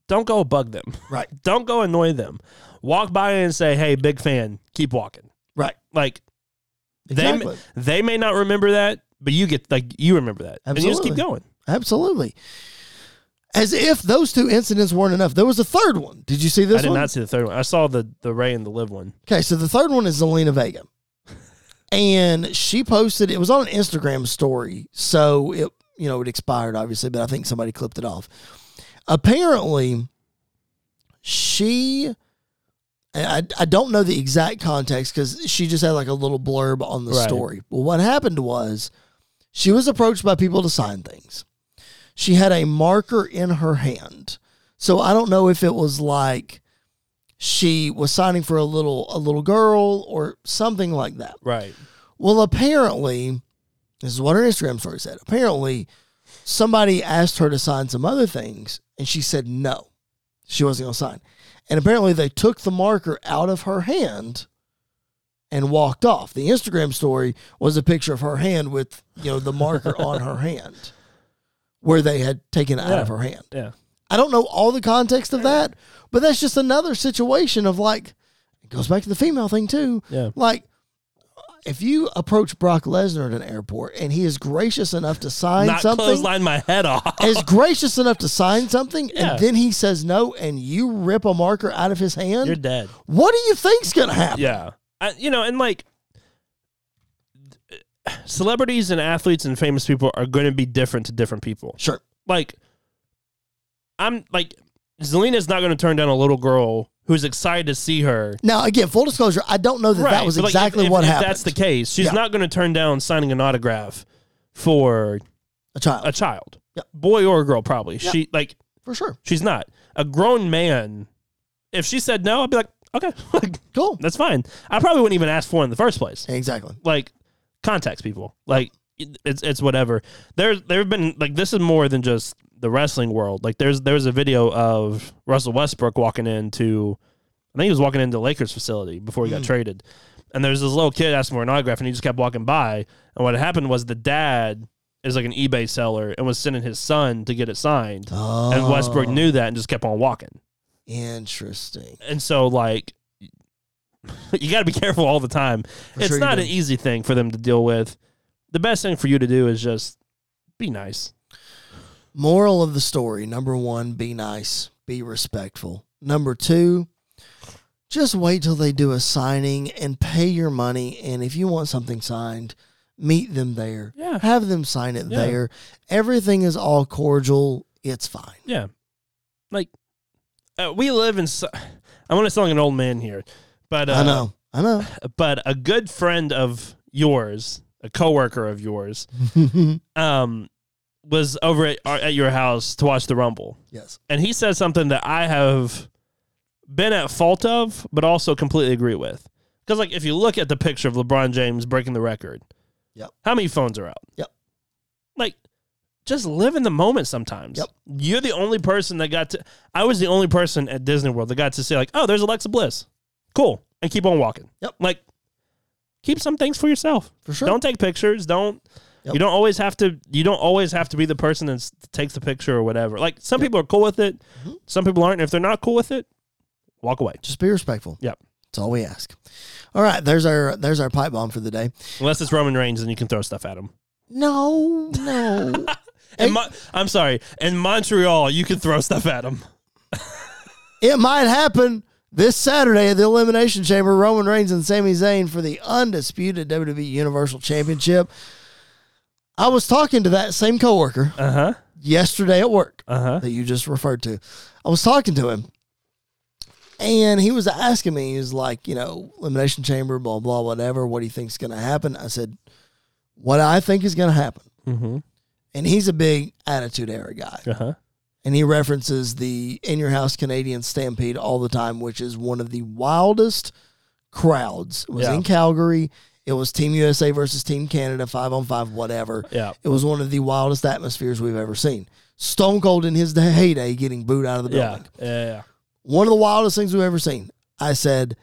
Speaker 4: don't go bug them.
Speaker 1: Right.
Speaker 4: Don't go annoy them. Walk by and say, "Hey, big fan. Keep walking."
Speaker 1: Right.
Speaker 4: Like they
Speaker 1: Exactly.
Speaker 4: m- they may not remember that, but you get like you remember that, and you just keep
Speaker 1: Absolutely.
Speaker 4: going.
Speaker 1: Absolutely. As if those two incidents weren't enough, there was a third one. Did you see this
Speaker 4: I did
Speaker 1: one?
Speaker 4: not see the third one. I saw the the Ray and the Live one.
Speaker 1: Okay, so the third one is Zelina Vega. And she posted it was on an Instagram story, so it you know it expired obviously, but I think somebody clipped it off. Apparently, she and I, I don't know the exact context because she just had like a little blurb on the
Speaker 4: Right.
Speaker 1: story. Well, what happened was she was approached by people to sign things. She had a marker in her hand. So I don't know if it was like she was signing for a little a little girl or something like that.
Speaker 4: Right.
Speaker 1: Well, apparently, this is what her Instagram story said. Apparently, somebody asked her to sign some other things, and she said no, she wasn't going to sign. And apparently, they took the marker out of her hand and walked off. The Instagram story was a picture of her hand with you know the marker on her hand, where they had taken it out of
Speaker 4: Yeah.
Speaker 1: her hand.
Speaker 4: Yeah.
Speaker 1: I don't know all the context of that, but that's just another situation of like, it goes back to the female thing too.
Speaker 4: Yeah.
Speaker 1: Like, if you approach Brock Lesnar at an airport and he is gracious enough to sign
Speaker 4: Not
Speaker 1: something,
Speaker 4: clothesline my head off.
Speaker 1: is gracious enough to sign something,
Speaker 4: Yeah.
Speaker 1: and then he says no, and you rip a marker out of his hand,
Speaker 4: You're dead.
Speaker 1: what do you think's going to happen?
Speaker 4: Yeah. I, you know, and like celebrities and athletes and famous people are going to be different to different people.
Speaker 1: Sure.
Speaker 4: Like, I'm like, Zelina's not going to turn down a little girl who's excited to see her.
Speaker 1: Now, again, full disclosure, I don't know that that was
Speaker 4: but, like, if-
Speaker 1: exactly
Speaker 4: if-
Speaker 1: what
Speaker 4: if
Speaker 1: happened.
Speaker 4: that's the case, she's
Speaker 1: Yeah.
Speaker 4: not going to turn down signing an autograph for
Speaker 1: a child,
Speaker 4: a child,
Speaker 1: Yep.
Speaker 4: boy or girl, probably.
Speaker 1: Yep.
Speaker 4: She, like,
Speaker 1: for sure.
Speaker 4: she's not. A grown man, if she said no, I'd be like, okay, like,
Speaker 1: Cool.
Speaker 4: that's fine. I probably wouldn't even ask for it in the first place.
Speaker 1: Exactly.
Speaker 4: like contacts people. Like it- it's it's whatever. There there have been like this is more than just the wrestling world. Like there's there was a video of Russell Westbrook walking into I think he was walking into the Lakers facility before he got traded. And there's this little kid asking for an autograph and he just kept walking by. And what happened was the dad is like an eBay seller and was sending his son to get it signed.
Speaker 1: Oh,
Speaker 4: And Westbrook knew that and just kept on walking.
Speaker 1: Interesting.
Speaker 4: And so like you got to be careful all the time it's
Speaker 1: sure you
Speaker 4: not
Speaker 1: do.
Speaker 4: an easy thing for them to deal with. The best thing for you to do is just be nice.
Speaker 1: Moral of the story number one, be nice, be respectful. Number two, just wait till they do a signing and pay your money. And if you want something signed, meet them there.
Speaker 4: Yeah.
Speaker 1: Have them sign it
Speaker 4: Yeah.
Speaker 1: there. Everything is all cordial. It's fine.
Speaker 4: Yeah. Like uh, we live in so- I want to sound like an old man here, but uh,
Speaker 1: I know. I
Speaker 4: but a good friend of yours, a coworker of yours,
Speaker 1: know.
Speaker 4: um was over at our- at your house to watch the rumble.
Speaker 1: yes.
Speaker 4: And he said something that I have been at fault of, but also completely agree with. Because like if you look at the picture of LeBron James breaking the record,
Speaker 1: Yep.
Speaker 4: how many phones are out?
Speaker 1: Yep.
Speaker 4: Like, just live in the moment sometimes.
Speaker 1: Yep.
Speaker 4: You're the only person that got to I was the only person at Disney World that got to say, like, oh, there's Alexa Bliss. Cool. And keep on walking.
Speaker 1: Yep.
Speaker 4: Like keep some things for yourself.
Speaker 1: For sure.
Speaker 4: Don't take pictures. Don't
Speaker 1: Yep.
Speaker 4: you don't always have to you don't always have to be the person that s- takes the picture or whatever. Like some people are cool with it,
Speaker 1: Mm-hmm.
Speaker 4: some people aren't. If they're not cool with it, walk away.
Speaker 1: Just be respectful.
Speaker 4: Yep.
Speaker 1: That's all we ask. All right. There's our there's our pipe bomb for the day.
Speaker 4: Unless it's Roman Reigns, then you can throw stuff at him.
Speaker 1: No, no.
Speaker 4: In Mo- I'm sorry. In Montreal, you can throw stuff at him.
Speaker 1: It might happen this Saturday at the Elimination Chamber. Roman Reigns and Sami Zayn for the undisputed WWE Universal Championship. I was talking to that same coworker
Speaker 4: Uh huh.
Speaker 1: yesterday at work
Speaker 4: Uh huh.
Speaker 1: that you just referred to. I was talking to him, and he was asking me, he was like, you know, Elimination Chamber, blah blah, whatever. What do you think's going to happen? I said, what I think is going to happen
Speaker 4: Mm-hmm.
Speaker 1: and he's a big attitude era guy.
Speaker 4: Uh huh.
Speaker 1: And he references the In Your House Canadian Stampede all the time, which is one of the wildest crowds. It was
Speaker 4: Yeah.
Speaker 1: in Calgary. It was Team USA versus Team Canada, five on five, whatever.
Speaker 4: Yeah.
Speaker 1: It was one of the wildest atmospheres we've ever seen. Stone Cold in his heyday getting booed out of the
Speaker 4: Yeah.
Speaker 1: building.
Speaker 4: Yeah. Yeah.
Speaker 1: One of the wildest things we've ever seen. I said,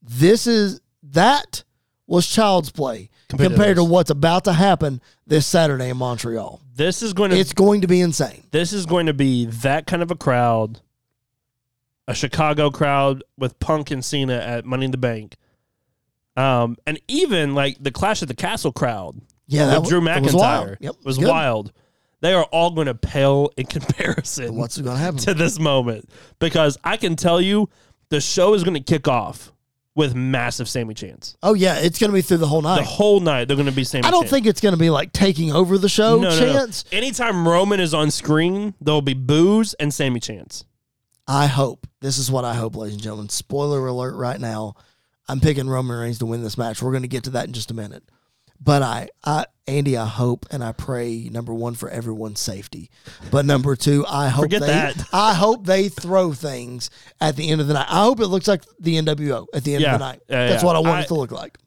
Speaker 1: this is, that was child's play
Speaker 4: Compared
Speaker 1: compared, to
Speaker 4: to this.
Speaker 1: what's about to happen this Saturday in Montreal.
Speaker 4: This is going to
Speaker 1: It's going to be insane.
Speaker 4: this is going to be that kind of a crowd, a Chicago crowd with Punk and Cena at Money in the Bank, um, and even like the Clash at the Castle crowd
Speaker 1: Yeah,
Speaker 4: with Drew
Speaker 1: wa-
Speaker 4: McIntyre
Speaker 1: that was wild. Yep,
Speaker 4: was
Speaker 1: good.
Speaker 4: wild. They are all going to pale in comparison
Speaker 1: What's going to happen?
Speaker 4: to this moment because I can tell you the show is going to kick off with massive Sammy chants.
Speaker 1: oh yeah, it's going to be through the whole night.
Speaker 4: The whole night they're going to be Sammy.
Speaker 1: I don't
Speaker 4: chants.
Speaker 1: think it's going to be like taking over the show chance.
Speaker 4: Anytime Roman is on screen, there'll be booze and Sammy chants.
Speaker 1: I hope this is what I hope, ladies and gentlemen. Spoiler alert! Right now, I'm picking Roman Reigns to win this match. We're going to get to that in just a minute. But I, I, Andy, I hope and I pray number one for everyone's safety, but number two, I hope
Speaker 4: Forget
Speaker 1: they,
Speaker 4: that.
Speaker 1: I hope they throw things at the end of the night. I hope it looks like the NWO at the end
Speaker 4: Yeah.
Speaker 1: of the night.
Speaker 4: Yeah,
Speaker 1: That's
Speaker 4: yeah.
Speaker 1: what I want
Speaker 4: I-
Speaker 1: it to look like.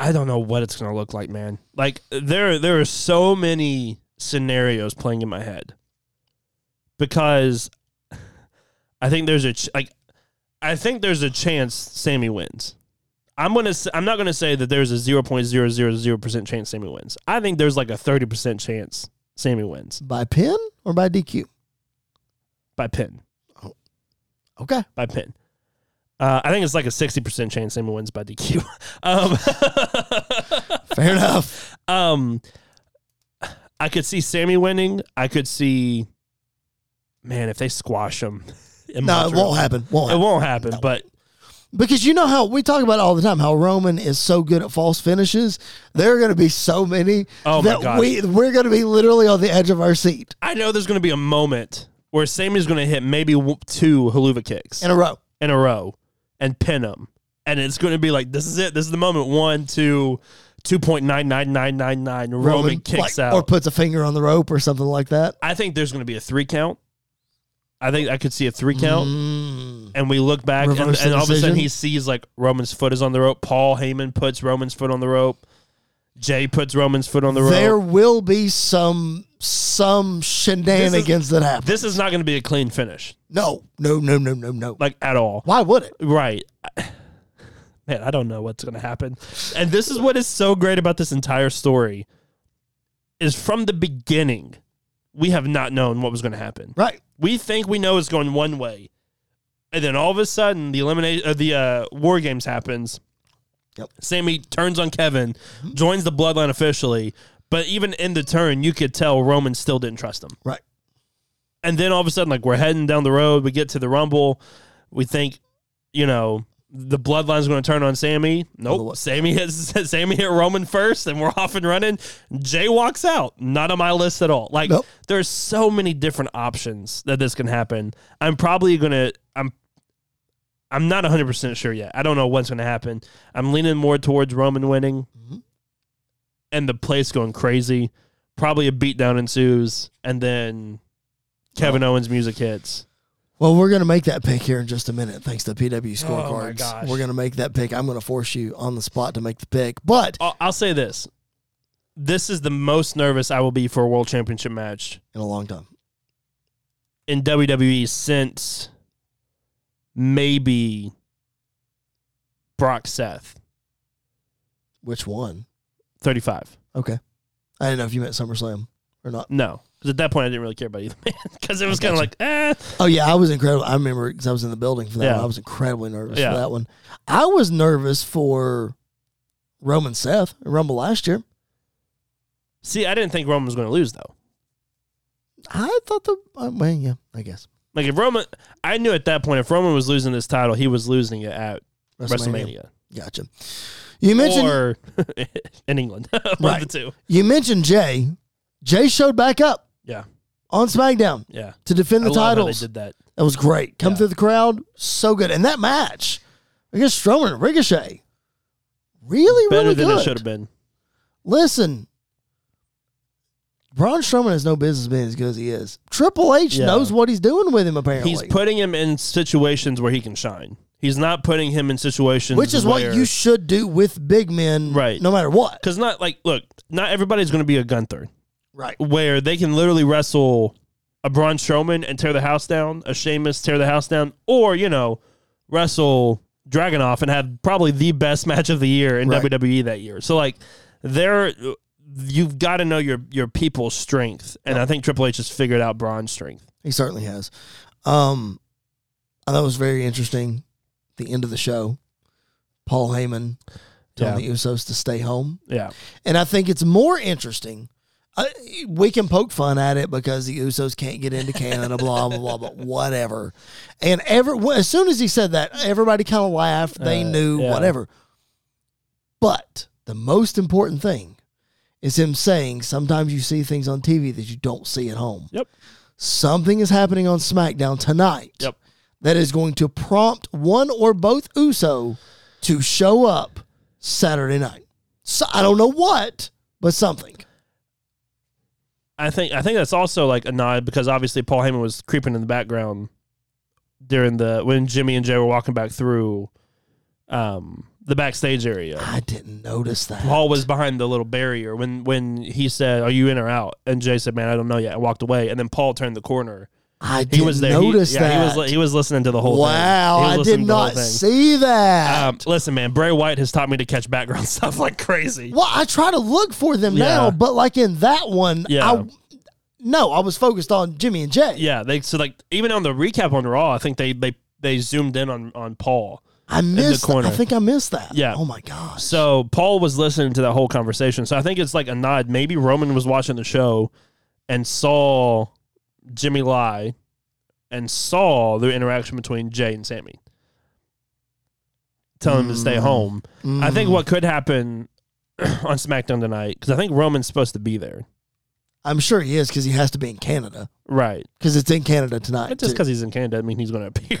Speaker 4: I don't know what it's gonna look like, man. Like there there are so many scenarios playing in my head because I think there's a ch- like I think there's a chance Sammy wins. I'm gonna s- I'm not gonna say that there's a 0.000 percent chance Sammy wins. I think there's like a 30 percent chance Sammy wins
Speaker 1: By pin or by DQ?
Speaker 4: by pin
Speaker 1: Okay.
Speaker 4: by pin. Uh, I think it's like a 60 percent chance Sammy wins by DQ. um,
Speaker 1: Fair enough.
Speaker 4: Um, I could see Sammy winning. I could see, man, if they squash him. in
Speaker 1: No, it
Speaker 4: Montreal.
Speaker 1: won't happen. Won't
Speaker 4: It
Speaker 1: happen.
Speaker 4: won't happen. But
Speaker 1: Because you know how we talk about it all the time how Roman is so good at false finishes. There are going to be so many
Speaker 4: Oh, my
Speaker 1: that
Speaker 4: gosh.
Speaker 1: we we're going to be literally on the edge of our seat
Speaker 4: I know there's going to be a moment where Sammy's going to hit maybe w- two haluva kicks
Speaker 1: in a row.
Speaker 4: in a row and pin him, and it's going to be like this is it. This is the moment. One, two, two point nine nine nine nine nine. Roman, kicks
Speaker 1: like,
Speaker 4: out
Speaker 1: or puts a finger on the rope or something like that.
Speaker 4: I think there's going to be a three count. I think I could see a three count. And we look back, and,
Speaker 1: Mm. Reverse the
Speaker 4: and all of a sudden
Speaker 1: decision.
Speaker 4: he sees like Roman's foot is on the rope. Paul Heyman puts Roman's foot on the rope. Jay puts Roman's foot on the
Speaker 1: There
Speaker 4: rope.
Speaker 1: will be some some shenanigans that happen.
Speaker 4: This is not going to be a clean finish,
Speaker 1: no, no, no, no, no, no.
Speaker 4: like at all.
Speaker 1: Why would it?
Speaker 4: Right. Man, I don't know what's going to happen. And this is what is so great about this entire story is from the beginning, we have not known what was going to happen.
Speaker 1: Right.
Speaker 4: we think we know it's going one way, and then all of a sudden the eliminate uh, the uh, war games happens.
Speaker 1: Yep.
Speaker 4: Sammy turns on Kevin, joins the Bloodline officially, but even in the turn, you could tell Roman still didn't trust him.
Speaker 1: Right.
Speaker 4: And then all of a sudden, like we're heading down the road, we get to the Rumble, we think, you know. The bloodline's going to turn on Sammy. Nope.
Speaker 1: Otherwise-
Speaker 4: Sammy hits Sammy hit Roman first, and we're off and running. Jay walks out. Not on my list at all. Like
Speaker 1: Nope.
Speaker 4: there's so many different options that this can happen. I'm probably gonna I'm I'm not 100 percent sure yet. I don't know what's gonna happen. I'm leaning more towards Roman winning, and the place going crazy. Probably a beatdown ensues, and then Kevin Owens' music hits.
Speaker 1: Well, we're going to make that pick here in just a minute, thanks to PW
Speaker 4: Oh, my
Speaker 1: scorecards.
Speaker 4: gosh.
Speaker 1: We're going to make that pick. I'm going to force you on the spot to make the pick, but
Speaker 4: I'll, I'll say this: this is the most nervous I will be for a world championship match
Speaker 1: in a long time.
Speaker 4: in WWE since maybe Brock Seth.
Speaker 1: Which one?
Speaker 4: 35.
Speaker 1: Okay. I didn't know if you meant SummerSlam or not.
Speaker 4: No. Because at that point, I didn't really care about either man. Because it was
Speaker 1: I
Speaker 4: kind of
Speaker 1: gotcha.
Speaker 4: like, eh.
Speaker 1: Oh yeah, I was incredible. I remember because I was in the building for that.
Speaker 4: Yeah.
Speaker 1: one. I was incredibly nervous
Speaker 4: Yeah.
Speaker 1: for that one. I was nervous for Roman Seth at Rumble last year.
Speaker 4: See, I didn't think Roman was going to lose, though.
Speaker 1: I thought the uh, well, yeah, I guess
Speaker 4: Like, if Roman, I knew at that point, if Roman was losing this title, he was losing it at WrestleMania.
Speaker 1: Gotcha. You mentioned
Speaker 4: Or in England. One
Speaker 1: Right.
Speaker 4: of the two.
Speaker 1: you mentioned Jay. Jay showed back up
Speaker 4: Yeah. on
Speaker 1: on SmackDown
Speaker 4: Yeah.
Speaker 1: to defend
Speaker 4: I
Speaker 1: the
Speaker 4: love how they
Speaker 1: titles.
Speaker 4: did that.
Speaker 1: That was great. Come
Speaker 4: Yeah.
Speaker 1: through the crowd, so good. And that match against Strowman and Ricochet, really,
Speaker 4: Better
Speaker 1: really
Speaker 4: than
Speaker 1: good.
Speaker 4: it should have been.
Speaker 1: Listen, Braun Strowman has no business being as good as he is. Triple H
Speaker 4: Yeah.
Speaker 1: knows what he's doing with him apparently.
Speaker 4: He's putting him in situations where he can shine. He's not putting him in situations
Speaker 1: which is what you should do with big men,
Speaker 4: Right.
Speaker 1: No matter what,
Speaker 4: because not like look, not everybody's going to be a Gunther,
Speaker 1: right?
Speaker 4: where they can literally wrestle a Braun Strowman and tear the house down, a Sheamus tear the house down, or you know wrestle Dragonoff and have probably the best match of the year in
Speaker 1: Right.
Speaker 4: WWE that year. So like there, you've got to know your your people's strength, and I think Triple H has figured out Braun's strength.
Speaker 1: He certainly has. Um, I thought it was very interesting. The end of the show, Paul Heyman telling
Speaker 4: Yeah.
Speaker 1: the Usos to stay home,
Speaker 4: Yeah,
Speaker 1: and I think it's more interesting. I, we can poke fun at it because the Usos can't get into Canada, blah blah blah, but whatever. And ever as soon as he said that, everybody kind of laughed. They
Speaker 4: Uh,
Speaker 1: knew
Speaker 4: yeah.
Speaker 1: whatever. But the most important thing is him saying sometimes you see things on TV that you don't see at home
Speaker 4: Yep.
Speaker 1: something is happening on SmackDown tonight
Speaker 4: Yep.
Speaker 1: that is going to prompt one or both Uso to show up Saturday night. So I don't know what, but something.
Speaker 4: I think I think that's also like a nod because obviously Paul Heyman was creeping in the background during the when Jimmy and Jay were walking back through um, the backstage area.
Speaker 1: I didn't notice that.
Speaker 4: Paul was behind the little barrier when when he said, "Are you in or out?" and Jay said, "Man, I don't know yet." I walked away, and then Paul turned the corner.
Speaker 1: I
Speaker 4: He
Speaker 1: didn't
Speaker 4: was there. He-
Speaker 1: notice
Speaker 4: yeah,
Speaker 1: that.
Speaker 4: He was li- he was listening to the whole
Speaker 1: wow,
Speaker 4: thing. He
Speaker 1: I
Speaker 4: was
Speaker 1: did
Speaker 4: listening to the whole
Speaker 1: not
Speaker 4: thing.
Speaker 1: see that.
Speaker 4: Um, listen, man, Bray White has taught me to catch background stuff like crazy.
Speaker 1: well, I try to look for them
Speaker 4: Yeah.
Speaker 1: now, but like in that one,
Speaker 4: Yeah.
Speaker 1: I, no, I was focused on Jimmy and Jay.
Speaker 4: Yeah, they so like even on the recap on Raw, I think they they they zoomed in on on Paul.
Speaker 1: I missed.
Speaker 4: corner.
Speaker 1: I think I missed that.
Speaker 4: Yeah.
Speaker 1: Oh my gosh.
Speaker 4: So Paul was listening to that whole conversation. So I think it's like a nod. Maybe Roman was watching the show and saw Jimmy lie and saw the interaction between Jay and Sammy. Telling him to stay home. I think
Speaker 1: Mm.
Speaker 4: what could happen on SmackDown tonight, because I think Roman's supposed to be there.
Speaker 1: I'm sure he is because he has to be in Canada.
Speaker 4: Right.
Speaker 1: because it's in Canada tonight.
Speaker 4: But just
Speaker 1: too.
Speaker 4: because he's in Canada doesn't mean he's going to appear.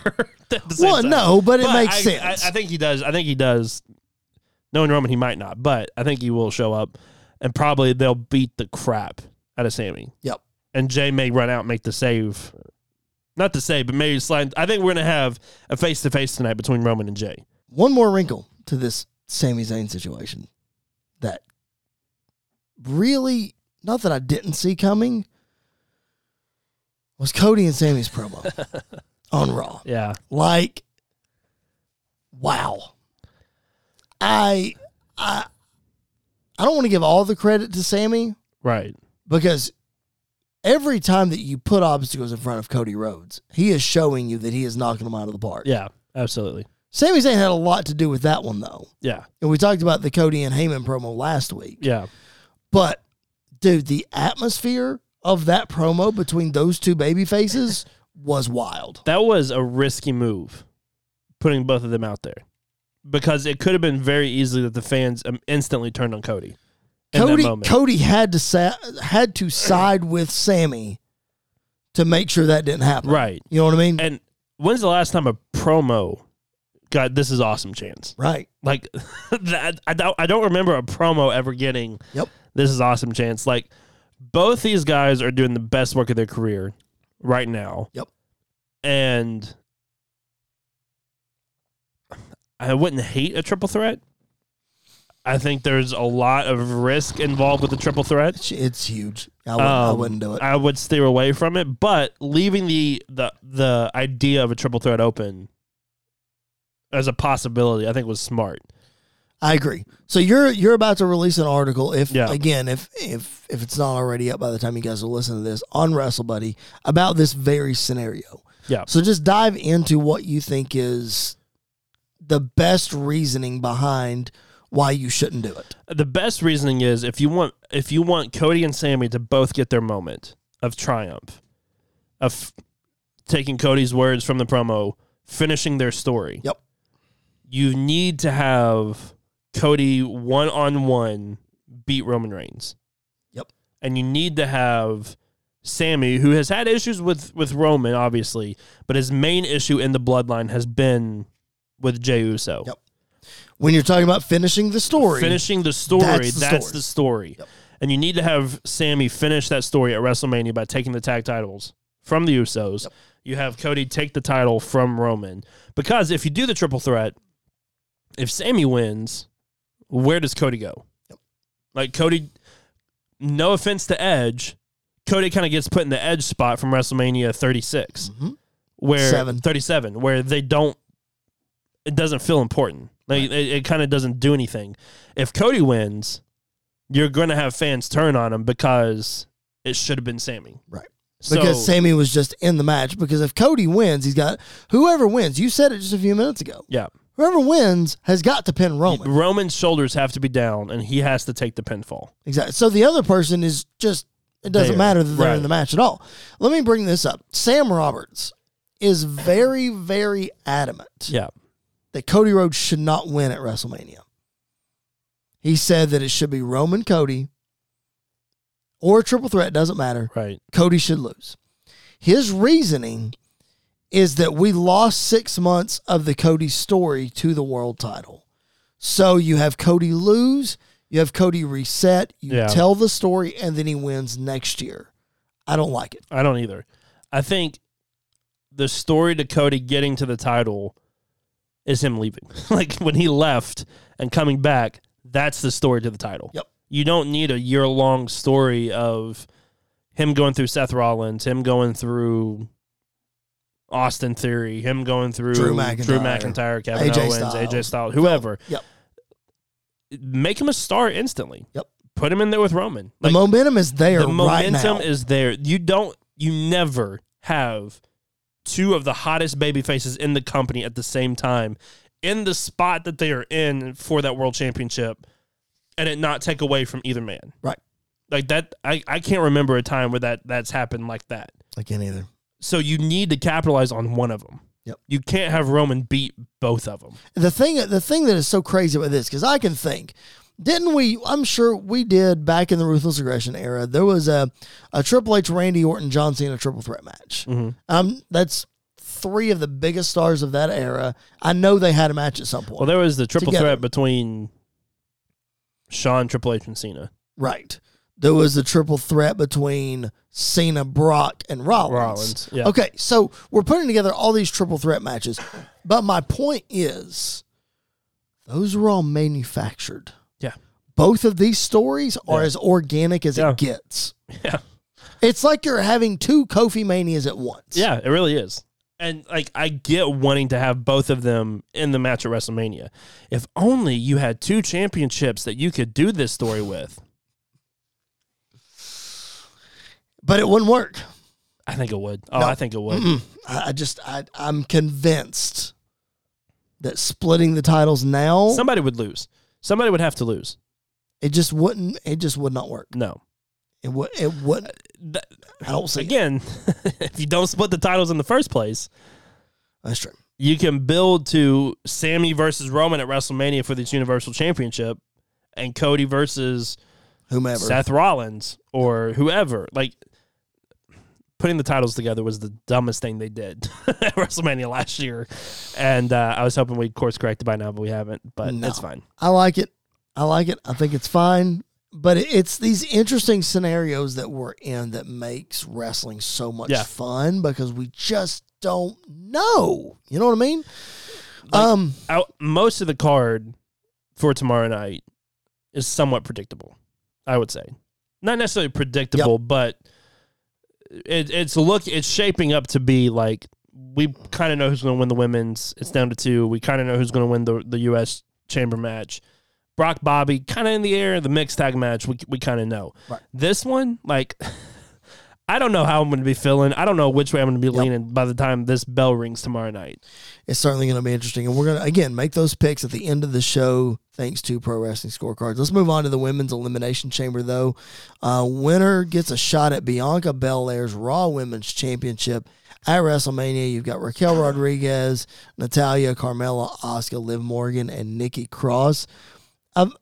Speaker 4: at the same
Speaker 1: well,
Speaker 4: time.
Speaker 1: no, but it
Speaker 4: But
Speaker 1: makes
Speaker 4: I,
Speaker 1: sense.
Speaker 4: I, I think he does. I think he does. Knowing Roman, he might not, but I think he will show up, and probably they'll beat the crap out of Sammy.
Speaker 1: Yep.
Speaker 4: And Jay may run out and make the save, not the save, but maybe slide. I think we're gonna have a face to face tonight between Roman and Jay.
Speaker 1: One more wrinkle to this Sami Zayn situation that really, not that I didn't see coming, was Cody and Sammy's promo on Raw.
Speaker 4: Yeah.
Speaker 1: Like, wow. I, I, I don't want to give all the credit to Sammy
Speaker 4: Right.
Speaker 1: because every time that you put obstacles in front of Cody Rhodes, he is showing you that he is knocking them out of the park.
Speaker 4: Yeah. Absolutely.
Speaker 1: Sami Zayn had a lot to do with that one, though.
Speaker 4: Yeah.
Speaker 1: And we talked about the Cody and Heyman promo last week.
Speaker 4: Yeah.
Speaker 1: But, dude, the atmosphere of that promo between those two baby faces was wild.
Speaker 4: That was a risky move, putting both of them out there, because it could have been very easily that the fans um, instantly turned on Cody. in that
Speaker 1: Cody
Speaker 4: moment.
Speaker 1: Cody had to sa- had to side with Sammy to make sure that didn't happen.
Speaker 4: Right.
Speaker 1: You know what I mean?
Speaker 4: And when's the last time a promo got this is awesome chance?
Speaker 1: right.
Speaker 4: Like that, I don't I don't remember a promo ever getting
Speaker 1: Yep.
Speaker 4: this is awesome chance. Like both these guys are doing the best work of their career right now.
Speaker 1: Yep.
Speaker 4: And I wouldn't hate a triple threat. I think there's a lot of risk involved with the triple threat.
Speaker 1: It's, it's huge. I wouldn't, I
Speaker 4: Um,
Speaker 1: wouldn't do it.
Speaker 4: I would steer away from it, but leaving the the the idea of a triple threat open as a possibility, I think was smart.
Speaker 1: I agree. So you're you're about to release an article if
Speaker 4: Yeah.
Speaker 1: again if if if it's not already up by the time you guys are listening to this on Wrestle Buddy about this very scenario.
Speaker 4: Yeah.
Speaker 1: So just dive into what you think is the best reasoning behind why you shouldn't do it.
Speaker 4: The best reasoning is if you want if you want Cody and Sammy to both get their moment of triumph, of taking Cody's words from the promo, finishing their story.
Speaker 1: Yep.
Speaker 4: You need to have Cody one on one beat Roman Reigns.
Speaker 1: Yep.
Speaker 4: And you need to have Sammy, who has had issues with with Roman, obviously, but his main issue in the bloodline has been with Jey Uso.
Speaker 1: Yep. When you're talking about finishing the story,
Speaker 4: Finishing the story,
Speaker 1: That's
Speaker 4: that's
Speaker 1: the
Speaker 4: the story.
Speaker 1: story. Yep.
Speaker 4: and you need to have Sammy finish that story at WrestleMania by taking the tag titles from the Usos. You have Cody take the title from Roman because if you do the triple threat, if Sammy wins, where does Cody go? Like Cody, no offense to Edge, Cody kind of gets put in the Edge spot from WrestleMania 36,
Speaker 1: Mhm.
Speaker 4: where
Speaker 1: Seven.
Speaker 4: 37, where they don't, it doesn't feel important. Like it, it kind of doesn't do anything. If Cody wins, you're going to have fans turn on him because it should have been Sammy.
Speaker 1: Right.
Speaker 4: So,
Speaker 1: Because Sammy was just in the match. Because if Cody wins, he's got whoever wins. You said it just a few minutes ago.
Speaker 4: yeah.
Speaker 1: Whoever wins has got to pin Roman.
Speaker 4: Roman's shoulders have to be down and he has to take the pinfall.
Speaker 1: Exactly. So the other person is just it doesn't
Speaker 4: There.
Speaker 1: matter that they're in
Speaker 4: Right.
Speaker 1: the match at all. Let me bring this up. Sam Roberts is very, very adamant
Speaker 4: Yeah.
Speaker 1: that Cody Rhodes should not win at WrestleMania. He said that it should be Roman Cody or a triple threat, doesn't matter.
Speaker 4: Right.
Speaker 1: Cody should lose. His reasoning is that we lost six months of the Cody story to the world title. So you have Cody lose, you have Cody reset, you
Speaker 4: Yeah.
Speaker 1: tell the story, and then he wins next year. I don't like it.
Speaker 4: I don't either. I think the story to Cody getting to the title is him leaving. like when he left and coming back, that's the story to the title.
Speaker 1: Yep.
Speaker 4: You don't need a year long story of him going through Seth Rollins, him going through Austin Theory, him going through
Speaker 1: Drew McIntyre.
Speaker 4: McIntyre, Kevin
Speaker 1: AJ
Speaker 4: Owens,
Speaker 1: Styles.
Speaker 4: AJ Styles, whoever.
Speaker 1: Yep.
Speaker 4: Make him a star instantly.
Speaker 1: Yep.
Speaker 4: Put him in there with Roman.
Speaker 1: The
Speaker 4: Like,
Speaker 1: momentum is there
Speaker 4: the momentum
Speaker 1: right now.
Speaker 4: is there. You don't. You never have two of the hottest baby faces in the company at the same time in the spot that they are in for that world championship, and it not take away from either man.
Speaker 1: Right.
Speaker 4: Like that. I, I can't remember a time where that that's happened like that.
Speaker 1: I can't either.
Speaker 4: So you need to capitalize on one of them.
Speaker 1: Yep.
Speaker 4: You can't have Roman beat both of them.
Speaker 1: the thing the thing that is so crazy about this because I can think didn't we I'm sure we did back in the ruthless aggression era there was a a Triple H Randy Orton John Cena triple threat match
Speaker 4: Mm-hmm.
Speaker 1: um that's three of the biggest stars of that era I know they had a match at some point
Speaker 4: Well, there was the triple
Speaker 1: Together.
Speaker 4: threat between Sean, Triple H, and Cena.
Speaker 1: right there was a triple threat between Cena Brock and Rollins,
Speaker 4: Rollins, yeah.
Speaker 1: okay so we're putting together all these triple threat matches but my point is those were all manufactured
Speaker 4: Yeah.
Speaker 1: both of these stories are
Speaker 4: Yeah.
Speaker 1: as organic as
Speaker 4: Yeah.
Speaker 1: it gets.
Speaker 4: Yeah.
Speaker 1: It's like you're having two Kofi manias at once.
Speaker 4: Yeah, it really is. And like I get wanting to have both of them in the match at WrestleMania. If only you had two championships that you could do this story with.
Speaker 1: But it wouldn't work.
Speaker 4: I think it would. Oh,
Speaker 1: No.
Speaker 4: I think it would.
Speaker 1: Mm-mm. I, I just, I, I'm convinced that splitting the titles now,
Speaker 4: Somebody would lose. Somebody would have to lose.
Speaker 1: it just wouldn't, it just would not work.
Speaker 4: No.
Speaker 1: It would, it wouldn't.
Speaker 4: That-
Speaker 1: I don't see it.
Speaker 4: Uh, again, if you don't split the titles in the first place,
Speaker 1: That's true.
Speaker 4: you can build to Sammy versus Roman at WrestleMania for this Universal Championship and Cody versus
Speaker 1: Whomever.
Speaker 4: Seth Rollins or whoever. Like putting the titles together was the dumbest thing they did at WrestleMania last year, and uh, I was hoping we'd course correct it by now, but we haven't. But
Speaker 1: No.
Speaker 4: it's fine.
Speaker 1: I like it. I like it. I think it's fine. But it- it's these interesting scenarios that we're in that makes wrestling so much
Speaker 4: Yeah.
Speaker 1: fun because we just don't know. You know what I mean? um,
Speaker 4: I, most of the card for tomorrow night is somewhat predictable. I would say, not necessarily predictable, but it, it's look it's shaping up to be like we kind of know who's going to win the women's. It's down to two. We kind of know who's going to win the the U.S. Chamber match. Brock Bobby kind of in the air. The mixed tag match we we kind of know.
Speaker 1: Right.
Speaker 4: This one like. I don't know how I'm going to be feeling. I don't know which way I'm going to be leaning by the time this bell rings tomorrow night.
Speaker 1: it's certainly going to be interesting. And we're going to, again, make those picks at the end of the show thanks to Pro Wrestling Scorecards. Let's move on to the Women's Elimination Chamber, though. Uh, winner gets a shot at Bianca Belair's Raw Women's Championship at WrestleMania. You've got Raquel Rodriguez, Natalia, Carmella, Oscar, Liv Morgan, and Nikki Cross. Um,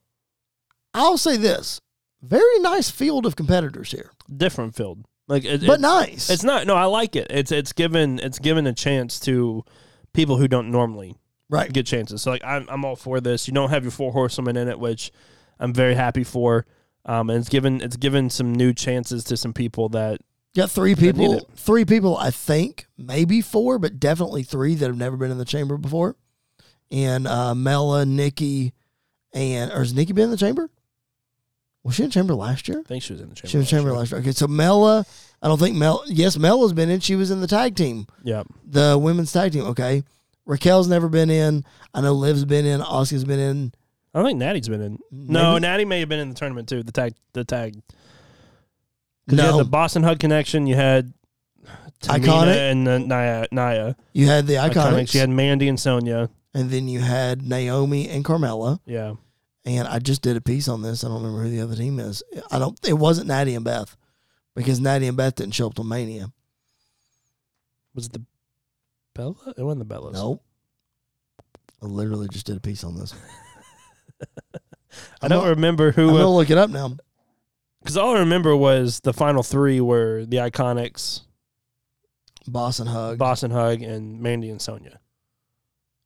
Speaker 1: I'll say this very nice field of competitors here,
Speaker 4: Different field. Like it,
Speaker 1: but
Speaker 4: it-
Speaker 1: nice.
Speaker 4: It's not. No, I like it. It's it's given it's given a chance to people who don't normally
Speaker 1: right.
Speaker 4: get chances. So like I'm I'm all for this. You don't have your four horsemen in it, which I'm very happy for. Um, and it's given it's given some new chances to some people that
Speaker 1: Got three people,
Speaker 4: it.
Speaker 1: three people, I think, maybe four, but definitely three that have never been in the chamber before. And uh, Mela, Nikki, and, or has Nikki been in the chamber? Was she in the chamber last year?
Speaker 4: I think she was in the chamber.
Speaker 1: She was in the chamber
Speaker 4: year.
Speaker 1: last year. Okay, so Mela, I don't think Mel, yes, Mela's been in. She was in the tag team,
Speaker 4: Yeah,
Speaker 1: the women's tag team. Okay. Raquel's never been in. I know Liv's been in. Oscar's been in.
Speaker 4: I don't think Natty's been in. No,
Speaker 1: Maybe-
Speaker 4: Natty may have been in the tournament too. The tag, the tag. 'Cause you
Speaker 1: No.
Speaker 4: had the Boston Hug connection. You had Tamina
Speaker 1: Iconic.
Speaker 4: and uh, Naya. Naya.
Speaker 1: You had the
Speaker 4: Iconic.
Speaker 1: Iconics,
Speaker 4: She had Mandy and Sonya.
Speaker 1: and then you had Naomi and Carmella.
Speaker 4: Yeah,
Speaker 1: And I just did a piece on this. I don't remember who the other team is. I don't. It wasn't Natty and Beth because Natty and Beth didn't show up to Mania.
Speaker 4: was it the Bella? It wasn't the Bellas.
Speaker 1: Nope. I literally just did a piece on this.
Speaker 4: I don't
Speaker 1: I'm
Speaker 4: remember
Speaker 1: I'm
Speaker 4: who.
Speaker 1: gonna look it up now.
Speaker 4: Because all I remember was the final three were the Iconics,
Speaker 1: Boss and Hug.
Speaker 4: Boston Hug, and Mandy and Sonya.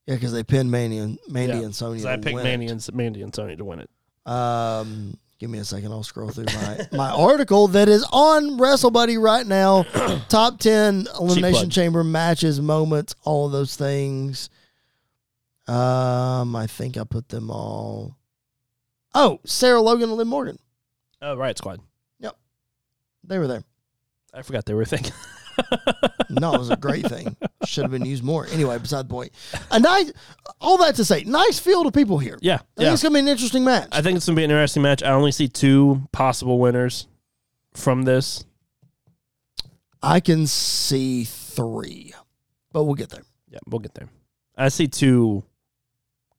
Speaker 1: Yeah, because they pinned Mandy and Mandy
Speaker 4: Yeah,
Speaker 1: and Sonya.
Speaker 4: Because I
Speaker 1: to
Speaker 4: picked
Speaker 1: win
Speaker 4: Mandy
Speaker 1: it.
Speaker 4: and, Mandy and Sonya to win it.
Speaker 1: Um, give me a second. I'll scroll through my my article that is on WrestleBuddy right now. Top ten elimination
Speaker 4: plug.
Speaker 1: chamber matches, moments, all of those things. Um, I think I put them all. Oh, Sarah Logan and Lynn Morgan.
Speaker 4: Oh, Riot Squad.
Speaker 1: They were there.
Speaker 4: I forgot they were a thing.
Speaker 1: No, it was a great thing. Should have been used more. Anyway, beside the point. A nice, all that to say, nice field of people here.
Speaker 4: yeah.
Speaker 1: I think
Speaker 4: yeah.
Speaker 1: it's gonna be an interesting match.
Speaker 4: I think it's going to be an interesting match. I only see two possible winners from this.
Speaker 1: I can see three, but we'll get there.
Speaker 4: Yeah, we'll get there. I see two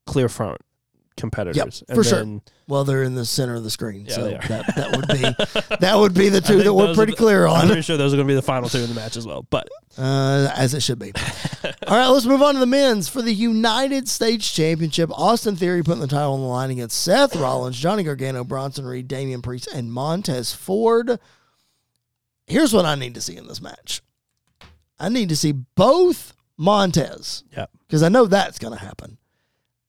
Speaker 4: clear front competitors.
Speaker 1: for sure.
Speaker 4: then
Speaker 1: Well, they're in the center of the screen,
Speaker 4: Yeah,
Speaker 1: so
Speaker 4: they are.
Speaker 1: that, that would be that would be the two that
Speaker 4: think
Speaker 1: we're
Speaker 4: those
Speaker 1: pretty
Speaker 4: are the-
Speaker 1: clear
Speaker 4: I'm
Speaker 1: on,
Speaker 4: pretty sure those are going to be the final two in the match as well. But
Speaker 1: uh, as it should be. All right, let's move on to the men's for the United States Championship. Austin Theory putting the title on the line against Seth Rollins, Johnny Gargano, Bronson Reed, Damian Priest, and Montez Ford. Here's what I need to see in this match. I need to see both Montez,
Speaker 4: yeah,
Speaker 1: because I know that's going to happen,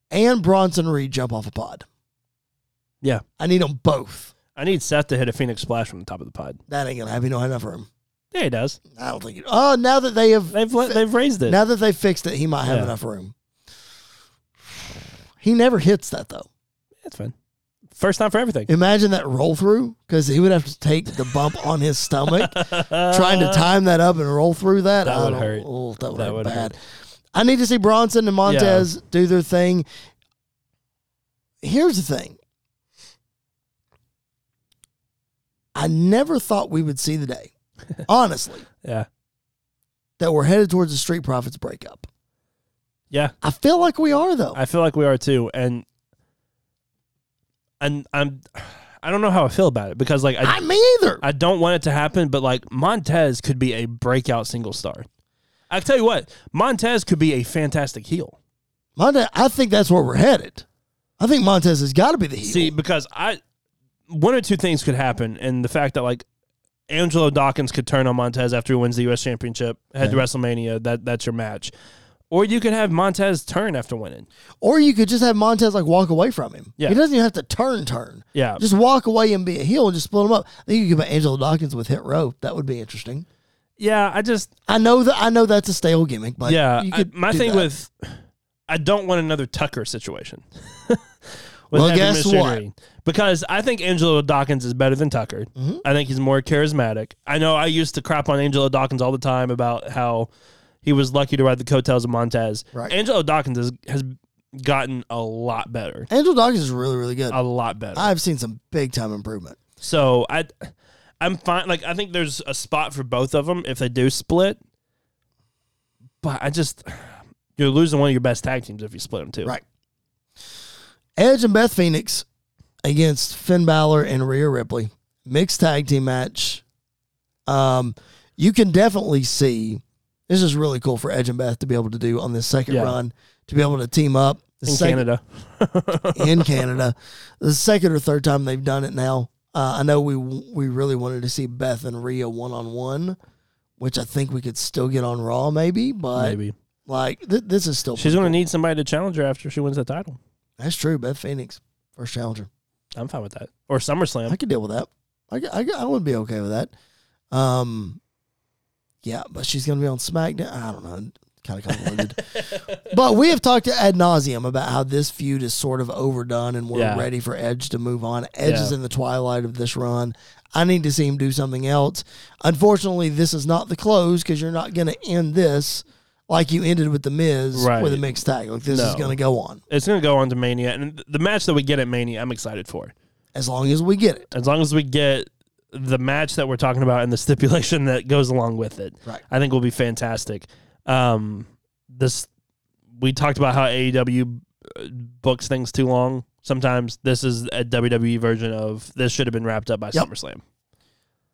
Speaker 1: and Bronson Reed jump off a pod.
Speaker 4: yeah.
Speaker 1: I need them both.
Speaker 4: I need Seth to hit a Phoenix Splash from the top of the pod.
Speaker 1: That ain't gonna happen. You don't have enough room.
Speaker 4: Yeah, he does.
Speaker 1: I don't think. It, oh, now that they have
Speaker 4: They've they've raised it.
Speaker 1: now that they fixed it, he might have
Speaker 4: Yeah.
Speaker 1: enough room. He never hits that though.
Speaker 4: That's fine. First time for everything.
Speaker 1: Imagine that roll through because he would have to take the bump on his stomach, trying to time that up and roll through that.
Speaker 4: That
Speaker 1: I
Speaker 4: would
Speaker 1: don't-
Speaker 4: hurt.
Speaker 1: oh, that would
Speaker 4: That
Speaker 1: hurt
Speaker 4: would
Speaker 1: bad.
Speaker 4: hurt.
Speaker 1: I need to see Bronson and Montez do their thing. Here's the thing. I never thought we would see the day, honestly,
Speaker 4: Yeah,
Speaker 1: that we're headed towards the Street Profits breakup.
Speaker 4: yeah.
Speaker 1: I feel like we are though.
Speaker 4: I feel like we are too, and and I'm I don't know how I feel about it because like I
Speaker 1: I, me either.
Speaker 4: I don't want it to happen, but like Montez could be a breakout single star. I tell you what, Montez could be a fantastic heel.
Speaker 1: Montez, I think that's where we're headed. I think Montez has got to be the heel.
Speaker 4: See, because I one or two things could happen, and the fact that like Angelo Dawkins could turn on Montez after he wins the U.S. Championship, head to WrestleMania. That that's your match, or you could have Montez turn after winning.
Speaker 1: or you could just have Montez like walk away from him.
Speaker 4: Yeah.
Speaker 1: He doesn't even have to turn turn.
Speaker 4: Yeah.
Speaker 1: Just walk away and be a heel and just split him up. I think you could put Angelo Dawkins with Hit Row. That would be interesting.
Speaker 4: Yeah, I just
Speaker 1: I know that I know that's a stale gimmick, but
Speaker 4: yeah.
Speaker 1: you
Speaker 4: I-
Speaker 1: could
Speaker 4: my
Speaker 1: do
Speaker 4: thing
Speaker 1: that.
Speaker 4: with I don't want another Tucker situation. With
Speaker 1: Well,
Speaker 4: heavy
Speaker 1: guess
Speaker 4: machinery. Because I think Angelo Dawkins is better than Tucker.
Speaker 1: Mm-hmm.
Speaker 4: I think he's more charismatic. I know I used to crap on Angelo Dawkins all the time about how he was lucky to ride the coattails of Montez.
Speaker 1: Right.
Speaker 4: Angelo Dawkins has, has gotten a lot better,
Speaker 1: Angelo Dawkins is really really good.
Speaker 4: a lot better.
Speaker 1: I've seen some big time improvement.
Speaker 4: So I, I'm fine. Like I think there's a spot for both of them if they do split. But I just you're losing one of your best tag teams if you split them too.
Speaker 1: Right. Edge and Beth Phoenix against Finn Balor and Rhea Ripley. Mixed tag team match. Um, you can definitely see this is really cool for Edge and Beth to be able to do on this second
Speaker 4: Yeah.
Speaker 1: run, to be able to team up. The
Speaker 4: In
Speaker 1: second-
Speaker 4: Canada,
Speaker 1: In Canada. The second or third time they've done it now. Uh, I know we we really wanted to see Beth and Rhea one on one, which I think we could still get on Raw maybe, but
Speaker 4: maybe
Speaker 1: like th- this is still
Speaker 4: she's going to need somebody to challenge her after she wins the title.
Speaker 1: That's true. Beth Phoenix, first challenger.
Speaker 4: I'm fine with that. Or SummerSlam.
Speaker 1: I could deal with that. I, could- I, could- I would be okay with that. Um, yeah, but she's gonna be on SmackDown. I don't know. Kind of convoluted. but we have talked ad nauseum about how this feud is sort of overdone, and we're
Speaker 4: Yeah.
Speaker 1: ready for Edge to move on. Edge is
Speaker 4: Yeah.
Speaker 1: in the twilight of this run. I need to see him do something else. Unfortunately, this is not the close because you're not going to end this like you ended with the Miz
Speaker 4: Right.
Speaker 1: with a mixed tag. Like this is
Speaker 4: No.
Speaker 1: going to go on
Speaker 4: it's going to go on to Mania. And th- the match that we get at Mania, I'm excited for.
Speaker 1: as long as we get it.
Speaker 4: As long as we get the match that we're talking about and the stipulation that goes along with it,
Speaker 1: Right.
Speaker 4: I think will be fantastic. Um, this we talked about how AEW uh, books things too long. Sometimes this is a WWE version of this should have been wrapped up by
Speaker 1: Yep.
Speaker 4: SummerSlam.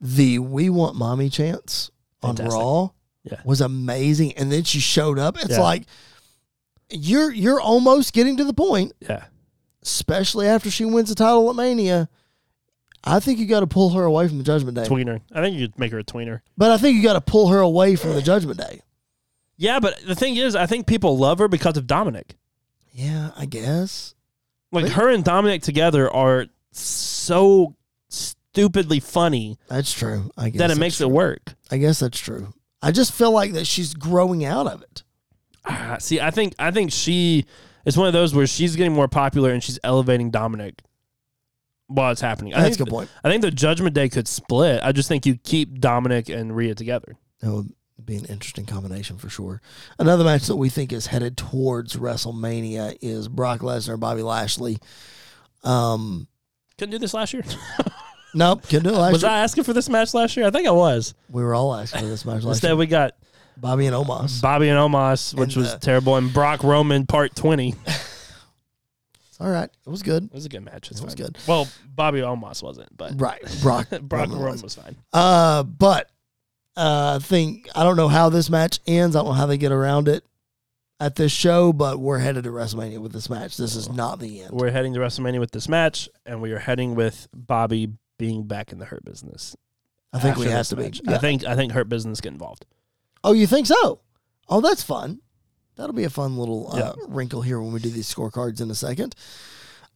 Speaker 1: the "We Want Mommy" chance on
Speaker 4: Fantastic.
Speaker 1: Raw
Speaker 4: Yeah.
Speaker 1: was amazing, and then she showed up. It's
Speaker 4: Yeah.
Speaker 1: like you're you're almost getting to the point,
Speaker 4: Yeah,
Speaker 1: especially after she wins the title at Mania. I think you got to pull her away from the Judgment Day,
Speaker 4: tweener. I think you could make her a tweener.
Speaker 1: but I think you got to pull her away from the Judgment Day.
Speaker 4: Yeah, but the thing is, I think people love her because of Dominic.
Speaker 1: Yeah, I guess.
Speaker 4: Like
Speaker 1: Really?
Speaker 4: her and Dominic together are so stupidly funny
Speaker 1: That's true. I guess
Speaker 4: that it
Speaker 1: that's
Speaker 4: makes
Speaker 1: true.
Speaker 4: it work.
Speaker 1: I guess that's true. I just feel like that she's growing out of it.
Speaker 4: Ah, see, I think I think she it's one of those where she's getting more popular and she's elevating Dominic while it's happening. I
Speaker 1: That's a
Speaker 4: think,
Speaker 1: good point.
Speaker 4: I think the Judgment Day could split. I just think you keep Dominic and Rhea together.
Speaker 1: That would be an interesting combination for sure. Another match that we think is headed towards WrestleMania is Brock Lesnar, Bobby Lashley. Um,
Speaker 4: Couldn't do this last year.
Speaker 1: nope, couldn't do it last
Speaker 4: was
Speaker 1: year.
Speaker 4: I asking for this match last year? I think I was.
Speaker 1: we were all asking for this match last
Speaker 4: Instead,
Speaker 1: year.
Speaker 4: we got
Speaker 1: Bobby and Omos.
Speaker 4: Bobby and Omos, which
Speaker 1: And,
Speaker 4: was
Speaker 1: uh,
Speaker 4: terrible, and Brock Roman Part Twenty.
Speaker 1: It's all right. It was good.
Speaker 4: It was a good match. It's
Speaker 1: It was
Speaker 4: fine.
Speaker 1: good.
Speaker 4: Well, Bobby Almas wasn't, but
Speaker 1: Right, Brock.
Speaker 4: Brock
Speaker 1: Roman
Speaker 4: Roman
Speaker 1: was.
Speaker 4: was. fine.
Speaker 1: Uh, but uh, I think I don't know how this match ends. I don't know how they get around it at this show, but we're headed to WrestleMania with this match. This is not the end.
Speaker 4: We're heading to WrestleMania with this match, and we are heading with Bobby being back in the Hurt Business.
Speaker 1: I think we
Speaker 4: after
Speaker 1: have
Speaker 4: this
Speaker 1: to be.
Speaker 4: match.
Speaker 1: Yeah.
Speaker 4: I think I think Hurt Business get involved.
Speaker 1: Oh, you think so? Oh, that's fun. That'll be a fun little uh,
Speaker 4: Yeah.
Speaker 1: wrinkle here when we do these scorecards in a second.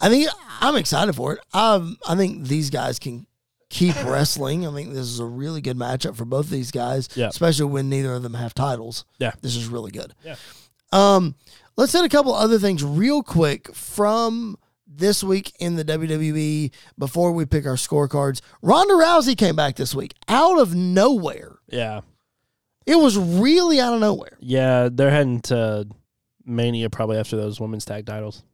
Speaker 1: I think I'm excited for it. Um, I think these guys can keep wrestling. I think this is a really good matchup for both these guys,
Speaker 4: Yeah.
Speaker 1: especially when neither of them have titles.
Speaker 4: Yeah.
Speaker 1: this is really good.
Speaker 4: Yeah.
Speaker 1: Um, let's hit a couple other things real quick from this week in the WWE before we pick our scorecards. Ronda Rousey came back this week out of nowhere.
Speaker 4: Yeah,
Speaker 1: It was really out of nowhere.
Speaker 4: yeah, they're heading to Mania probably after those women's tag titles.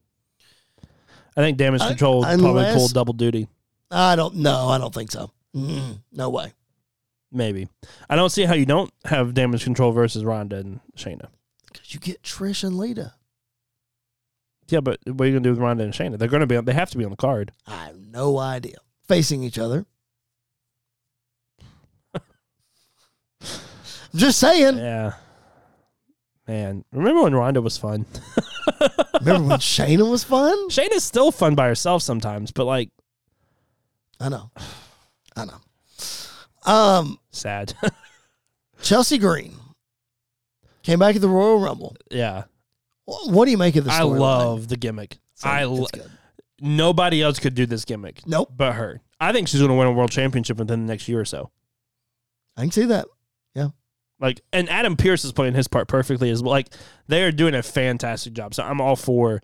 Speaker 4: I think Damage
Speaker 1: I-
Speaker 4: Control probably
Speaker 1: unless-
Speaker 4: pulled double duty.
Speaker 1: I don't know. I don't think so. Mm, no way.
Speaker 4: Maybe I don't see how you don't have Damage Control versus Ronda and Shayna.
Speaker 1: Because you get Trish and Lita.
Speaker 4: Yeah, but what are you gonna do with Ronda and Shayna? They're gonna be they have to be on the card.
Speaker 1: I have no idea. Facing each other. Just saying.
Speaker 4: Yeah. Man, remember when Ronda was fun?
Speaker 1: Remember when Shayna was fun?
Speaker 4: Shayna's still fun by herself sometimes, but like
Speaker 1: I know. I know. Um,
Speaker 4: sad.
Speaker 1: Chelsea Green came back at the Royal Rumble.
Speaker 4: yeah.
Speaker 1: Wh- What do you make of this?
Speaker 4: I love the gimmick. I
Speaker 1: love.
Speaker 4: lo- nobody else could do this gimmick
Speaker 1: Nope.
Speaker 4: but her. I think she's going to win a world championship within the next year or so.
Speaker 1: I can see that.
Speaker 4: Like and Adam Pierce is playing his part perfectly as well. Like they are doing a fantastic job. So I'm all for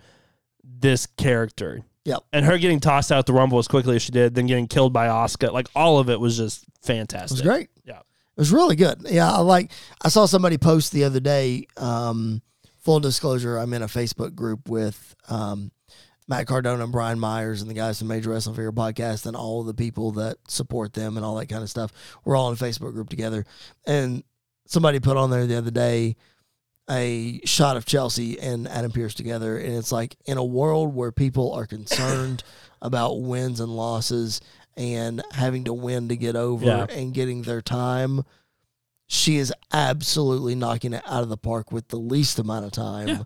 Speaker 4: this character.
Speaker 1: Yep.
Speaker 4: And her getting tossed out the rumble as quickly as she did, then getting killed by Oscar, like all of it was just
Speaker 1: It was
Speaker 4: fantastic.
Speaker 1: great.
Speaker 4: Yeah.
Speaker 1: It was really good. Yeah, I like I saw somebody post the other day, um, full disclosure, I'm in a Facebook group with um, Matt Cardona and Brian Myers and the guys from Major Wrestling Figure Podcast and all the people that support them and all that kind of stuff. We're all in a Facebook group together. And somebody put on there the other day a shot of Chelsea and Adam Pierce together. And it's like in a world where people are concerned about wins and losses and having to win to get over
Speaker 4: Yeah.
Speaker 1: and getting their time, she is absolutely knocking it out of the park with the least amount of time
Speaker 4: Yeah.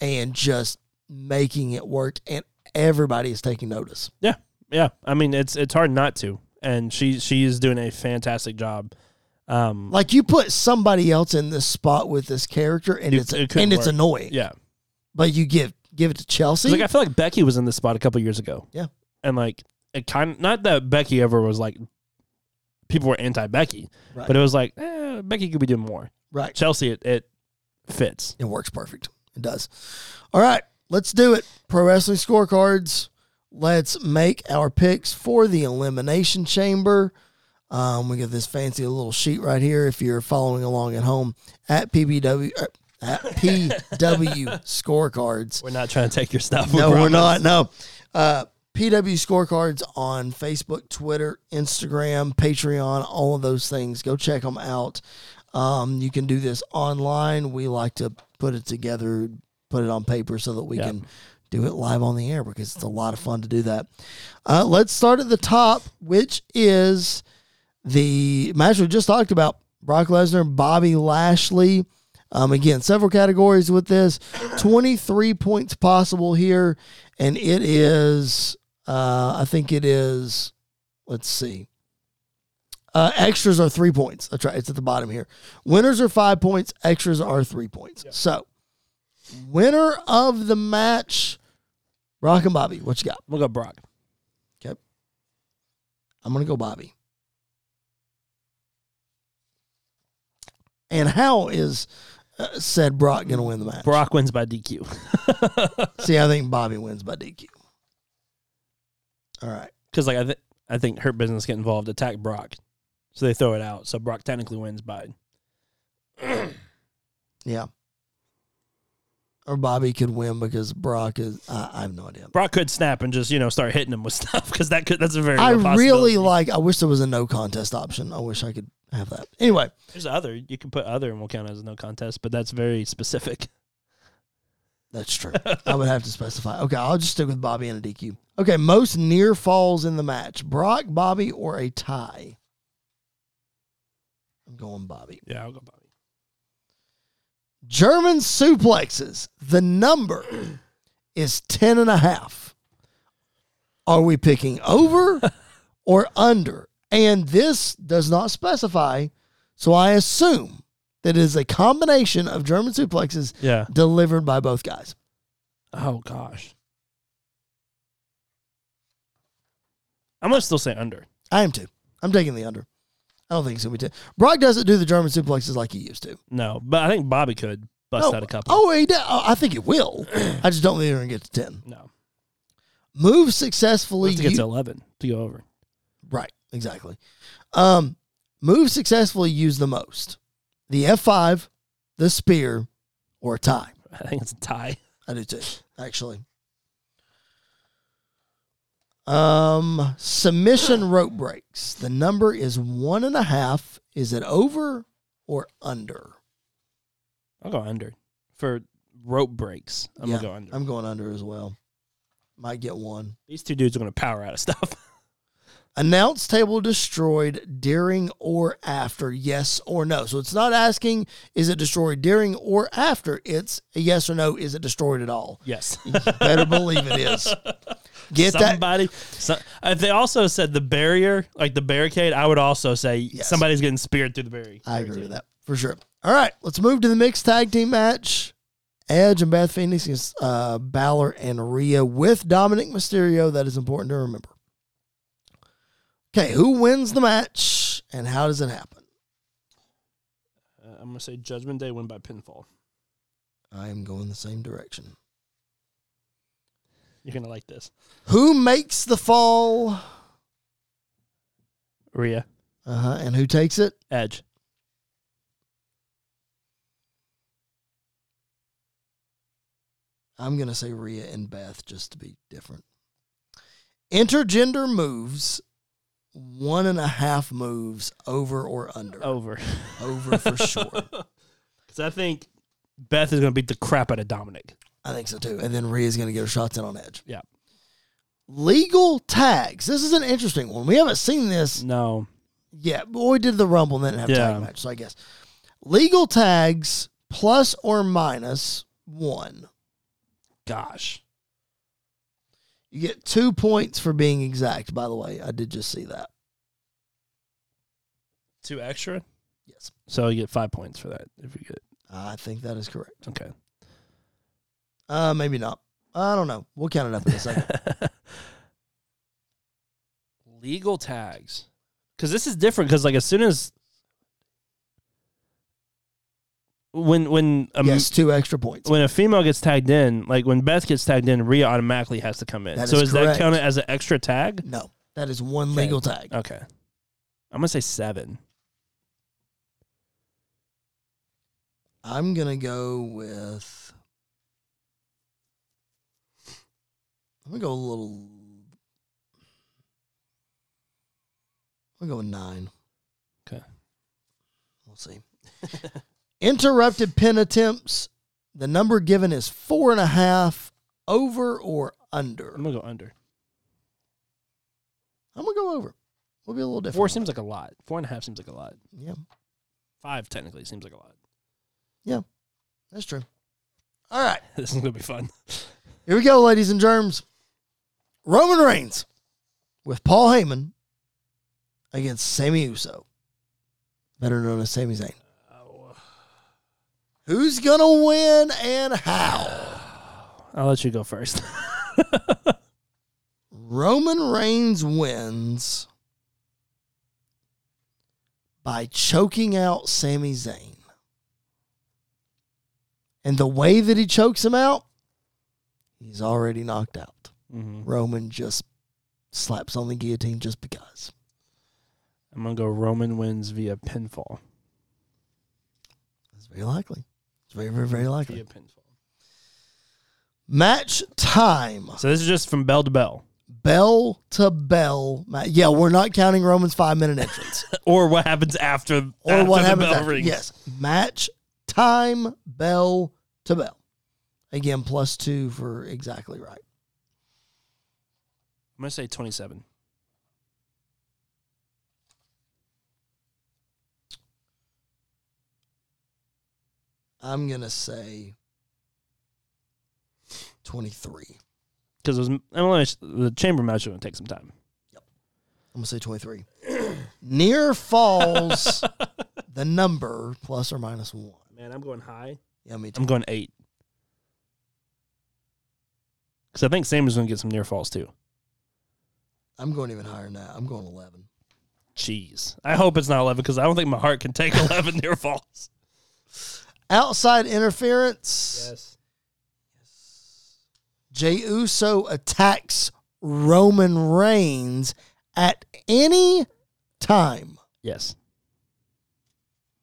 Speaker 1: and just making it work. And everybody is taking notice.
Speaker 4: Yeah, yeah. I mean, it's it's hard not to, and she she is doing a fantastic job. Um,
Speaker 1: Like you put somebody else in this spot with this character and
Speaker 4: It-
Speaker 1: it's
Speaker 4: it couldn't
Speaker 1: and it's
Speaker 4: work.
Speaker 1: annoying.
Speaker 4: yeah, 'Cause,
Speaker 1: But you give give it to Chelsea.
Speaker 4: like I feel like Becky was in this spot a couple years ago.
Speaker 1: Yeah.
Speaker 4: and like it kind not that Becky ever was like people were anti Becky,
Speaker 1: Right.
Speaker 4: but it was like eh, Becky could be doing more.
Speaker 1: Right.
Speaker 4: Chelsea, it, it fits.
Speaker 1: It works perfect. It does. All right, let's do it. Pro wrestling scorecards. Let's make our picks for the elimination chamber. Um, we got this fancy little sheet right here. If you're following along at home, at PBW, er, at PW scorecards.
Speaker 4: We're not trying to take your stuff.
Speaker 1: No, we're not. No. Uh, PW scorecards on Facebook, Twitter, Instagram, Patreon, all of those things. Go check them out. Um, you can do this online. We like to put it together, put it on paper so that we
Speaker 4: Yeah.
Speaker 1: can do it live on the air because it's a lot of fun to do that. Uh, let's start at the top, which is the match we just talked about Brock Lesnar, and Bobby Lashley. Um, again, several categories with this. 23 points possible here. And it is, uh, I think it is, let's see. Uh, extras are three points. That's right. It's at the bottom here. Winners are five points. Extras are three points. So, winner of the match, Brock and Bobby. What you got?
Speaker 4: We'll go Brock.
Speaker 1: I'm going to go Bobby. And how is uh, said Brock going to win the match?
Speaker 4: Brock wins by DQ.
Speaker 1: See, I think Bobby wins by DQ. All right.
Speaker 4: Because like I think I think her business get involved, attack Brock, so they throw it out. So Brock technically wins by.
Speaker 1: Yeah. Or Bobby could win because Brock is. I, I have no idea.
Speaker 4: Brock could snap and just you know start hitting him with stuff because that could that's a very.
Speaker 1: I
Speaker 4: real
Speaker 1: really
Speaker 4: possibility.
Speaker 1: like. I wish there was a no contest option. I wish I could have that. Anyway,
Speaker 4: There's other you can put other and we'll count it as no contest, but that's very specific.
Speaker 1: that's true. I would have to specify. Okay, I'll just stick with Bobby and a DQ. Okay, most near falls in the match: Brock, Bobby, or a tie. I'm going Bobby.
Speaker 4: Yeah, I'll go Bobby.
Speaker 1: German suplexes. The number is 10 and a half. Are we picking over or under? And this does not specify, so I assume that it is a combination of German suplexes
Speaker 4: Yeah.
Speaker 1: delivered by both guys.
Speaker 4: Oh gosh. I'm gonna still say under.
Speaker 1: I am too. I'm taking the under. I don't think it's going to be 10. Brock doesn't do the German suplexes like he used to.
Speaker 4: No, but I think Bobby could bust
Speaker 1: oh,
Speaker 4: out a couple.
Speaker 1: oh, he do- oh, I think he will. I just don't think they're going to get to 10.
Speaker 4: no,
Speaker 1: Move successfully.
Speaker 4: let's get
Speaker 1: u-
Speaker 4: to eleven to go over.
Speaker 1: Right, exactly. Um, move successfully used the most the F5, the spear, or a tie.
Speaker 4: I think it's a tie.
Speaker 1: I do too, actually. Um, submission rope breaks. The number is one and a half. Is it over or under?
Speaker 4: I'll go under for rope breaks. I'm
Speaker 1: Yeah,
Speaker 4: gonna go under.
Speaker 1: I'm going under as well. Might get one.
Speaker 4: These two dudes are gonna power out of stuff.
Speaker 1: Announce table destroyed during or after, yes or no. So it's not asking, is it destroyed during or after? It's a yes or no, is it destroyed at all?
Speaker 4: yes.
Speaker 1: You better believe it is. Get that.
Speaker 4: somebody. so- if they also said the barrier, like the barricade, I would also say somebody's getting speared through the barrier. Uh,
Speaker 1: I agree with that for sure. All right, let's move to the mixed tag team match. Edge and Beth Phoenix against uh, Balor and Rhea with Dominic Mysterio. That is important to remember. Okay, who wins the match and how does it happen?
Speaker 4: Uh, I'm gonna say Judgment Day win by pinfall.
Speaker 1: I am going the same direction.
Speaker 4: You're gonna like this,
Speaker 1: Who makes the fall?
Speaker 4: Rhea
Speaker 1: Uh-huh. And who takes it?
Speaker 4: Edge.
Speaker 1: I'm going to say Rhea and Beth just to be different. Intergender moves, one and a half moves over or under.
Speaker 4: over.
Speaker 1: Over for sure.
Speaker 4: Because I think Beth is going to beat the crap out of Dominic.
Speaker 1: I think so too. And then Rhea's going to get her shots in on edge.
Speaker 4: Yeah.
Speaker 1: Legal tags. This is an interesting one. We haven't seen this
Speaker 4: No.
Speaker 1: Yeah, but we did the Rumble and then have
Speaker 4: Yeah.
Speaker 1: tag match, so I guess. Legal tags plus or minus one.
Speaker 4: Gosh.
Speaker 1: You get two points for being exact, by the way. I did just see that.
Speaker 4: Two extra?
Speaker 1: Yes.
Speaker 4: So you get five points for that if you get
Speaker 1: I think that is correct.
Speaker 4: Okay.
Speaker 1: Uh maybe not. I don't know. We'll count it up in a second.
Speaker 4: legal tags because this is different because like as soon as when when a, m-
Speaker 1: yes, two extra points.
Speaker 4: when a female gets tagged in like when beth gets tagged in Rhea automatically has to come in
Speaker 1: That
Speaker 4: so
Speaker 1: is
Speaker 4: is
Speaker 1: correct.
Speaker 4: that counted as an extra tag
Speaker 1: No, that is one legal tag.
Speaker 4: okay i'm gonna say seven
Speaker 1: I'm gonna go with. I'm gonna go a little. I'm gonna go with nine.
Speaker 4: Okay.
Speaker 1: We'll see. Interrupted pin attempts. The number given is four and a half. Over or under?
Speaker 4: i'm gonna go under
Speaker 1: I'm gonna go over. We'll be a little different.
Speaker 4: four seems like a lot four and a half seems like a lot
Speaker 1: yeah,
Speaker 4: five technically seems like a lot
Speaker 1: that's true. All right.
Speaker 4: this is gonna be fun
Speaker 1: Here we go, ladies and germs. Roman Reigns with Paul Heyman against Sammy Uso, better known as Sami Zayn.
Speaker 4: Uh,
Speaker 1: Who's gonna win and how?
Speaker 4: i'll let you go first
Speaker 1: Roman Reigns wins by choking out Sami Zayn. And the way that he chokes him out, he's already knocked out.
Speaker 4: hmm
Speaker 1: Roman just slaps on the guillotine just because.
Speaker 4: i'm gonna go roman wins via pinfall
Speaker 1: It's very likely. It's very, very, very likely.
Speaker 4: via pinfall
Speaker 1: Match time.
Speaker 4: so this is just from bell to bell
Speaker 1: Bell to bell. Ma- Yeah, we're not counting Roman's five minute entrance
Speaker 4: or what happens after
Speaker 1: or
Speaker 4: after
Speaker 1: what
Speaker 4: the
Speaker 1: happens.
Speaker 4: bell
Speaker 1: after.
Speaker 4: rings.
Speaker 1: Yes. Match time. Bell to bell. Again, plus two for exactly right.
Speaker 4: I'm gonna say 27.
Speaker 1: I'm going to say 23.
Speaker 4: Because was I mean, the chamber match is gonna take some time.
Speaker 1: I'm going to say 23. Near falls the number plus or minus one.
Speaker 4: Man, I'm going high.
Speaker 1: Yeah, me too.
Speaker 4: I'm going eight. Because I think Sam is gonna get some near falls too.
Speaker 1: I'm going even higher than that. I'm going 11.
Speaker 4: Jeez, I hope it's not 11 because I don't think my heart can take 11 near falls.
Speaker 1: Outside interference. Jey Uso attacks Roman Reigns at any time.
Speaker 4: Yes.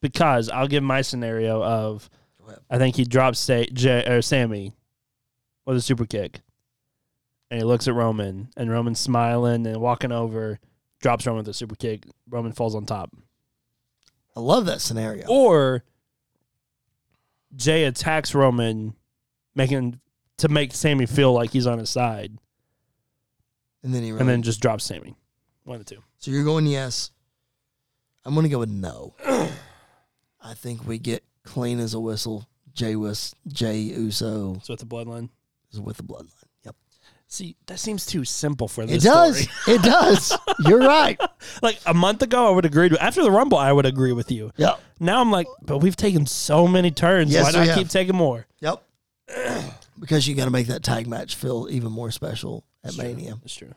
Speaker 4: Because I'll give my scenario of I think he drops Sa- J- or Sammy with a super kick. And he looks at Roman, and Roman's smiling and walking over, drops Roman with a super kick. Roman falls on top.
Speaker 1: I love that scenario.
Speaker 4: Oh. Or Jay attacks Roman, making to make Sammy feel like he's on his side,
Speaker 1: and then he
Speaker 4: and then just drops Sammy. One of the two.
Speaker 1: So you're going yes. I'm going to go with no. I think we get clean as a whistle. Jey, Wis- Jey Uso
Speaker 4: So with the bloodline.
Speaker 1: is with the bloodline. Yep.
Speaker 4: See, that seems too simple for
Speaker 1: It
Speaker 4: this.
Speaker 1: does.
Speaker 4: story.
Speaker 1: It does. You're right.
Speaker 4: Like a month ago, I would agree with after the Rumble, I would agree with you.
Speaker 1: Yep.
Speaker 4: Now I'm like, but we've taken so many turns.
Speaker 1: Yes,
Speaker 4: Why do
Speaker 1: we
Speaker 4: I
Speaker 1: have.
Speaker 4: keep taking more?
Speaker 1: Yep. because you got to make that tag match feel even more special at Mania.
Speaker 4: That's true.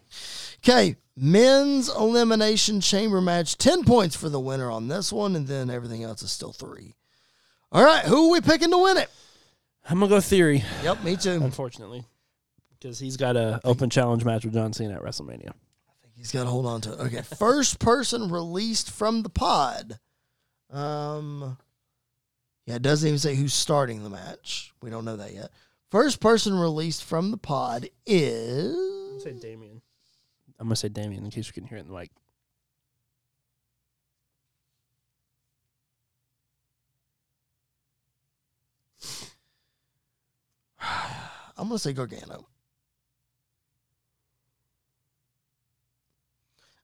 Speaker 1: Okay, men's elimination chamber match. Ten points for the winner on this one, and then everything else is still three. All right, who are we picking to win it?
Speaker 4: I'm gonna go theory,
Speaker 1: Yep, me too. I
Speaker 4: unfortunately, because he's got a open challenge match with John Cena at WrestleMania.
Speaker 1: think He's got to hold on to it. Okay, first person released from the pod. Um, yeah, it doesn't even say who's starting the match. We don't know that yet. First person released from the pod
Speaker 4: I'm
Speaker 1: is
Speaker 4: gonna say Damien. I'm gonna say Damien in case you can hear it in the mic.
Speaker 1: I'm gonna say Gargano.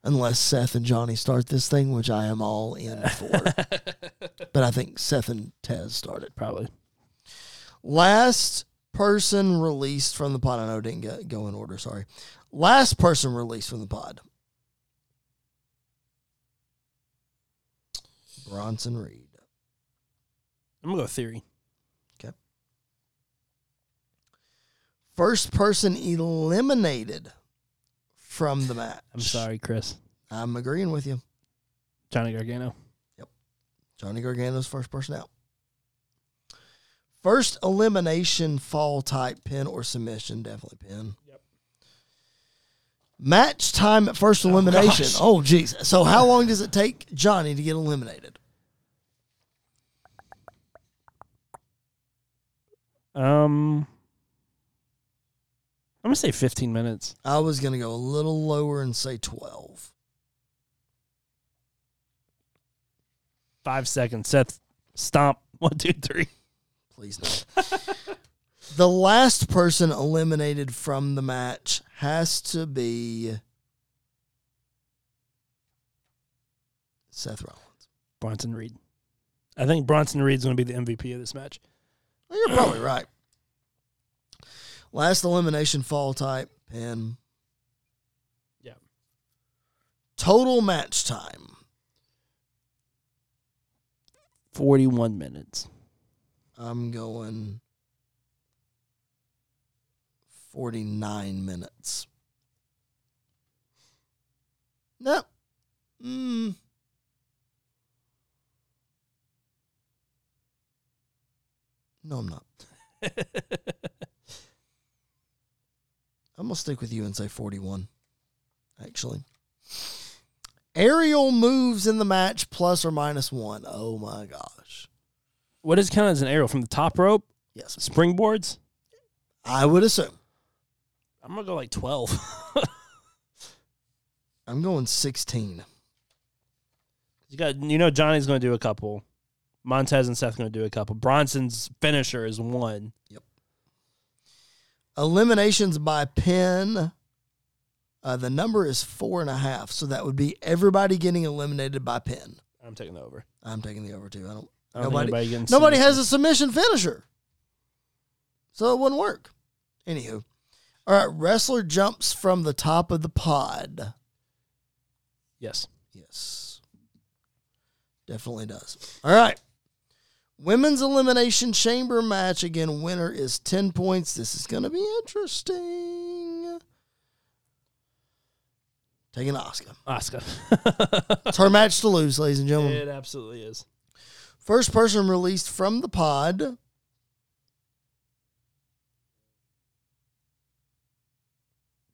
Speaker 1: Unless Seth and Johnny start this thing, which I am all in for. but I think Seth and Tez started.
Speaker 4: Probably.
Speaker 1: Last person released from the pod. I know it didn't get, go in order, sorry. Last person released from the pod. Bronson Reed.
Speaker 4: I'm gonna go theory.
Speaker 1: First person eliminated from the match.
Speaker 4: I'm sorry, Chris.
Speaker 1: I'm agreeing with you.
Speaker 4: Johnny Gargano.
Speaker 1: Johnny Gargano's first person out. First elimination fall type pin or submission, definitely pin.
Speaker 4: Yep.
Speaker 1: Match time at first elimination.
Speaker 4: gosh.
Speaker 1: Oh, jeez. So how long does it take Johnny to get eliminated?
Speaker 4: Um, I'm gonna say 15 minutes.
Speaker 1: I was gonna go a little lower and say twelve.
Speaker 4: Five seconds. Seth, stomp. One, two, three.
Speaker 1: Please no. the last person eliminated from the match has to be Seth Rollins.
Speaker 4: Bronson Reed. I think Bronson Reed's gonna be the MVP of this match.
Speaker 1: Well, You're probably right. Last elimination fall type pin.
Speaker 4: Yep.
Speaker 1: Total match time.
Speaker 4: 41 minutes.
Speaker 1: I'm going 49 minutes. No. Mm. No, I'm not. I'm going to stick with you and say 41, actually. Aerial moves in the match plus or minus one. Oh my gosh.
Speaker 4: What is counted as an arrow from the top rope?
Speaker 1: Yes.
Speaker 4: Springboards.
Speaker 1: I would assume.
Speaker 4: I'm gonna go like 12.
Speaker 1: I'm going 16.
Speaker 4: you got. You know Johnny's gonna do a couple. Montez and Seth gonna do a couple. Bronson's finisher is one.
Speaker 1: Eliminations by pin. Uh, the number is four and a half. So that would be everybody getting eliminated by pin.
Speaker 4: I'm taking the over.
Speaker 1: I'm taking the over two. I don't.
Speaker 4: I don't
Speaker 1: Nobody-
Speaker 4: think anybody getting
Speaker 1: Nobody
Speaker 4: submission.
Speaker 1: has a submission finisher. So it wouldn't work. Anywho. All right. Wrestler jumps from the top of the pod.
Speaker 4: Yes.
Speaker 1: Yes. Definitely does. All right. Women's Elimination Chamber match. Again, winner is 10 points. This is going to be interesting. Taking Oscar.
Speaker 4: Oscar.
Speaker 1: It's her match to lose, ladies and gentlemen.
Speaker 4: it absolutely is.
Speaker 1: First person released from the pod.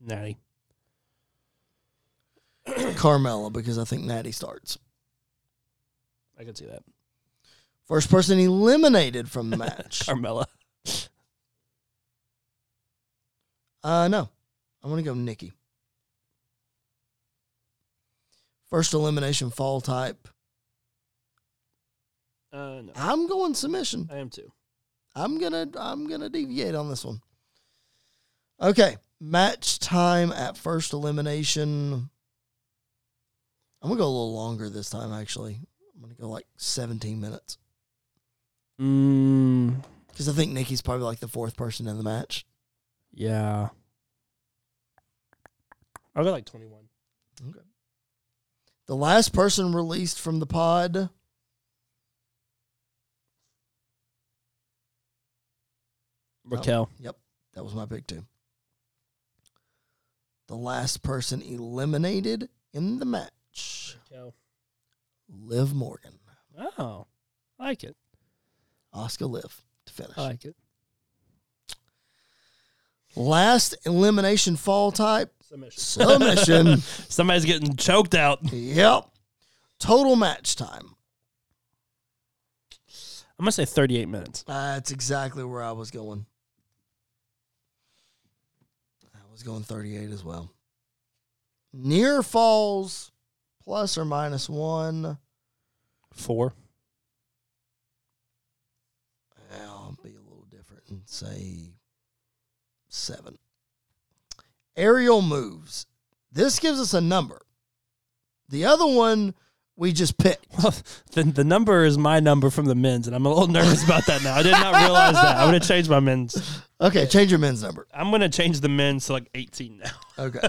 Speaker 4: Natty.
Speaker 1: Carmella, because I think Natty starts.
Speaker 4: I can see that.
Speaker 1: First person eliminated from the match.
Speaker 4: Carmella.
Speaker 1: Uh, no. I'm going to go Nikki. First elimination fall type.
Speaker 4: Uh, no.
Speaker 1: I'm going submission.
Speaker 4: I am too.
Speaker 1: I'm gonna I'm gonna deviate on this one. Okay, match time at first elimination. I'm gonna go a little longer this time. Actually, I'm gonna go like 17 minutes
Speaker 4: Mm,
Speaker 1: because I think Nikki's probably like the fourth person in the match.
Speaker 4: yeah. I'll go like 21.
Speaker 1: The last person released from the pod.
Speaker 4: Raquel.
Speaker 1: Yep, that was my pick too. The last person eliminated in the match,
Speaker 4: Raquel.
Speaker 1: Liv Morgan,
Speaker 4: Oh, I like it.
Speaker 1: Oscar Liv to finish.
Speaker 4: I like it.
Speaker 1: Last elimination fall type
Speaker 4: Submission.
Speaker 1: submission.
Speaker 4: Somebody's getting choked out. I'm
Speaker 1: yep. Total match time.
Speaker 4: going to say 38 minutes.
Speaker 1: That's exactly where I was going. I was going 38 as well. Near falls plus or minus one.
Speaker 4: Four.
Speaker 1: I'll be a little different and say seven. Aerial moves. This gives us a number. The other one we just picked.
Speaker 4: Well, the, the number is my number from the men's, and I'm a little nervous about that now. I did not realize that. I'm going to change my men's.
Speaker 1: Okay, change your men's number.
Speaker 4: I'm going to change the men's to like 18 now.
Speaker 1: Okay.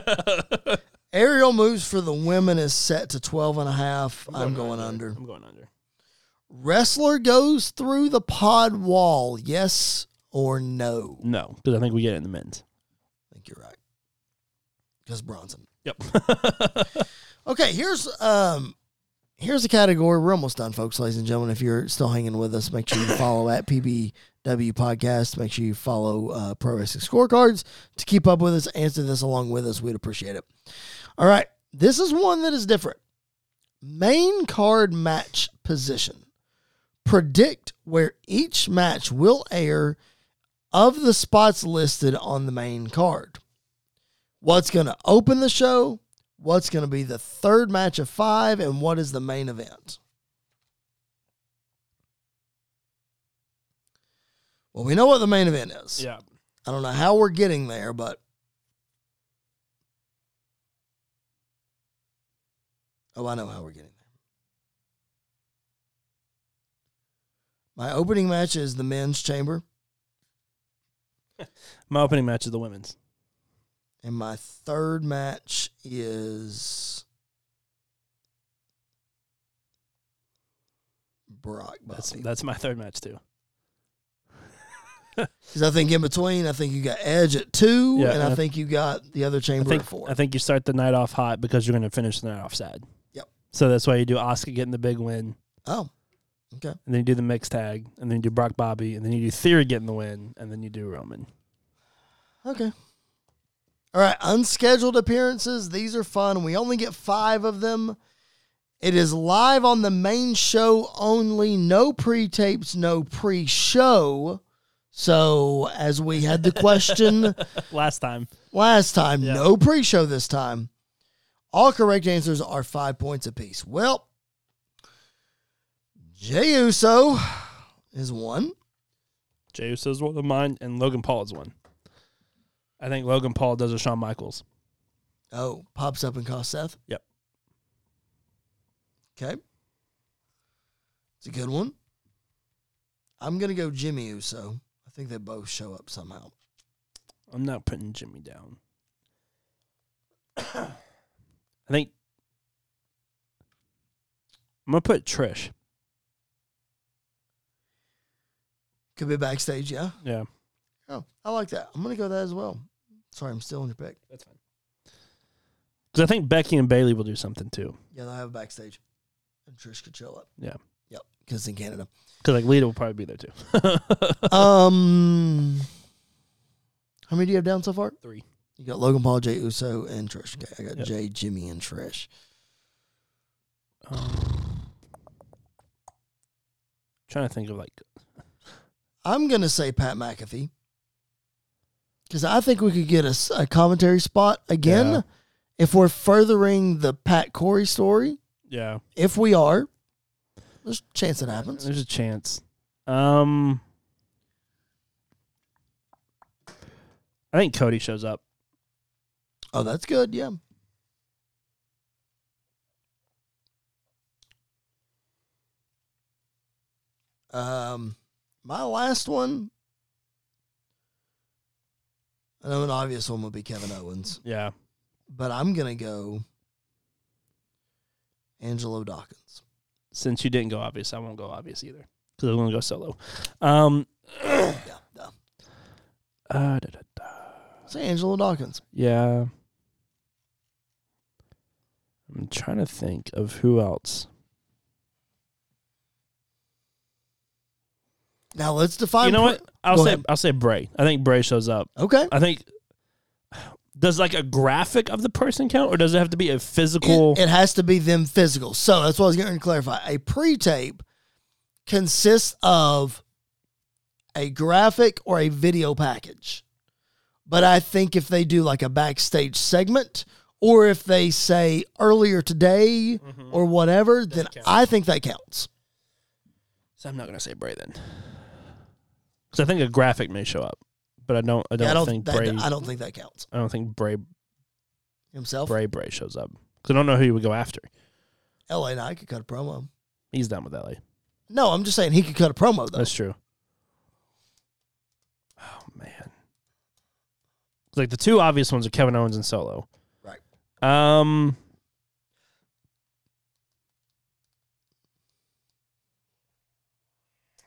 Speaker 1: Aerial moves for the women is set to 12 and a half. I'm going under.
Speaker 4: I'm going under.
Speaker 1: Wrestler goes through the pod wall. Yes or no?
Speaker 4: No, because I think we get it in the men's.
Speaker 1: I think you're right. Because Bronson.
Speaker 4: Yep.
Speaker 1: Okay, here's um here's a category. We're almost done, folks, ladies and gentlemen. If you're still hanging with us, make sure you follow at PBW Podcast. Make sure you follow uh, Pro Wrestling Scorecards to keep up with us. Answer this along with us. We'd appreciate it. All right, this is one that is different. Main card match position. Predict where each match will air of the spots listed on the main card. What's going to open the show? What's going to be the third match of five? And what is the main event? Well, we know what the main event is.
Speaker 4: Yeah.
Speaker 1: I don't know how we're getting there, but. Oh, I know how we're getting there. My opening match is the men's chamber,
Speaker 4: My opening match is the women's.
Speaker 1: and my third match is. Brock
Speaker 4: That's
Speaker 1: Bobby.
Speaker 4: that's my third match too.
Speaker 1: Because I think in between, I think you got Edge at two,
Speaker 4: Yeah,
Speaker 1: and
Speaker 4: and
Speaker 1: I
Speaker 4: I-
Speaker 1: think you got the other
Speaker 4: I
Speaker 1: chamber
Speaker 4: think
Speaker 1: at four.
Speaker 4: I think you start the night off hot because you're going to finish the night off sad.
Speaker 1: Yep.
Speaker 4: So that's why you do Oscar getting the big win,
Speaker 1: oh,
Speaker 4: and then you do the mixed tag, and then you do Brock Bobby, and then you do Theory getting the win, and then you do Roman.
Speaker 1: okay. All right, unscheduled appearances. These are fun. We only get five of them. It is live on the main show only. No pre tapes, no pre show. So, as we had the question
Speaker 4: Last time.
Speaker 1: last time,
Speaker 4: Yeah.
Speaker 1: no pre show this time. All correct answers are five points apiece. Well, Jey Uso is one.
Speaker 4: Jey Uso's one of mine, and Logan Paul is one. I think Logan Paul does a Shawn Michaels.
Speaker 1: Oh, pops up and costs Seth.
Speaker 4: Yep.
Speaker 1: Okay. It's a good one. I'm going to go Jimmy Uso. I think they both show up somehow.
Speaker 4: I'm not putting Jimmy down. I think I'm gonna put Trish.
Speaker 1: Could be backstage, yeah.
Speaker 4: Yeah,
Speaker 1: Oh, I like that. I'm going to go that as well. Sorry, I'm still on your pick.
Speaker 4: that's fine. Because I think Becky and Bailey will do something too.
Speaker 1: Yeah, they'll have backstage. And Trish could show up.
Speaker 4: Yeah.
Speaker 1: Yep, because in Canada.
Speaker 4: Because like Lita will probably be there too.
Speaker 1: um, How many do you have down so far?
Speaker 4: Three.
Speaker 1: You got Logan Paul, Jay Uso, and Trish. Okay, I got
Speaker 4: Yep.
Speaker 1: Jay, Jimmy, and Trish.
Speaker 4: Um, trying to think of like
Speaker 1: I'm going to say Pat McAfee because I think we could get a, s- a commentary spot again
Speaker 4: Yeah.
Speaker 1: if we're furthering the Pat Corey story.
Speaker 4: yeah,
Speaker 1: If we are, there's a chance it happens.
Speaker 4: there's a chance. Um, I think Cody shows up.
Speaker 1: Oh, that's good. Yeah. Um, my last one. I know an obvious one would be Kevin Owens.
Speaker 4: Yeah,
Speaker 1: but I'm gonna go Angelo Dawkins.
Speaker 4: since you didn't go obvious, I won't go obvious either because I'm gonna go solo. Um,
Speaker 1: Yeah, no.
Speaker 4: uh, da, da, da.
Speaker 1: say Angelo Dawkins.
Speaker 4: yeah. I'm trying to think of who else.
Speaker 1: Now let's define.
Speaker 4: you know what? I'll
Speaker 1: Go
Speaker 4: say
Speaker 1: ahead.
Speaker 4: I'll say Bray. I think Bray shows up.
Speaker 1: what? Okay.
Speaker 4: I think does like a graphic of the person count, or does it have to be a physical?
Speaker 1: It, it has to be them physical. So that's what I was going to clarify. A pre-tape consists of a graphic or a video package. But I think if they do like a backstage segment or if they say earlier today or whatever, then I think that counts.
Speaker 4: so I'm not gonna say Bray then, because I think a graphic may show up, but I don't. I don't,
Speaker 1: Yeah, I don't
Speaker 4: think
Speaker 1: that,
Speaker 4: Bray.
Speaker 1: I don't Oh. think that counts.
Speaker 4: I don't think Bray
Speaker 1: Himself,
Speaker 4: Bray Bray shows up because I don't know who you would go after.
Speaker 1: LA Knight could cut a promo.
Speaker 4: He's done with LA.
Speaker 1: No, I'm just saying he could cut a promo though.
Speaker 4: That's true. Oh man, like the two obvious ones are Kevin Owens and Solo.
Speaker 1: Right.
Speaker 4: Um.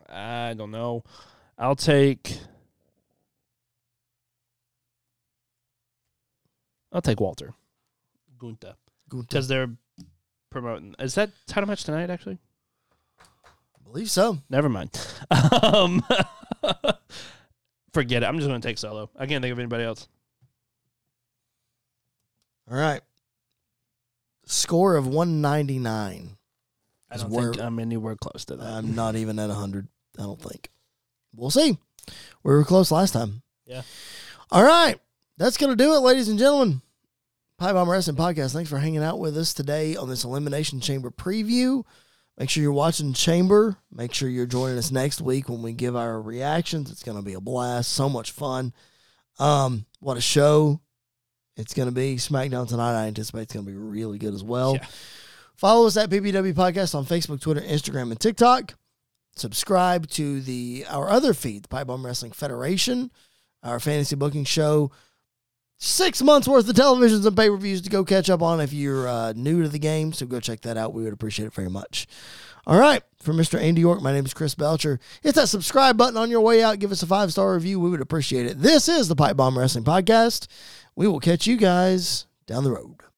Speaker 4: I don't know. I'll take. I'll take Walter, Gunta,
Speaker 1: Gunter.
Speaker 4: because they're promoting. Is that title match tonight? Actually,
Speaker 1: I believe so.
Speaker 4: never mind. Um, forget it. I'm just going to take solo. I can't think of anybody else.
Speaker 1: All right. Score of 199.
Speaker 4: I
Speaker 1: Is
Speaker 4: don't
Speaker 1: where-
Speaker 4: think I'm anywhere close to that.
Speaker 1: I'm not even at 100, I don't think. We'll see. We were close last time.
Speaker 4: Yeah.
Speaker 1: All right. That's going to do it, ladies and gentlemen. Pie Bomb Wrestling Podcast, thanks for hanging out with us today on this Elimination Chamber preview. Make sure you're watching Chamber. Make sure you're joining us next week when we give our reactions. It's going to be a blast. So much fun. Um, what a show it's going to be. SmackDown tonight, I anticipate it's going to be really good as well.
Speaker 4: Yeah.
Speaker 1: Follow us at PPW Podcast on Facebook, Twitter, Instagram, and TikTok. Subscribe to the our other feed, the Pipe Bomb Wrestling Federation, our fantasy booking show. Six months worth of televisions and pay reviews to go catch up on if you're uh, new to the game. So go check that out. We would appreciate it very much. All right. For Mr. Andy York, my name is Chris Belcher. Hit that subscribe button on your way out. Give us a five star review. We would appreciate it. This is the Pipe Bomb Wrestling Podcast. We will catch you guys down the road.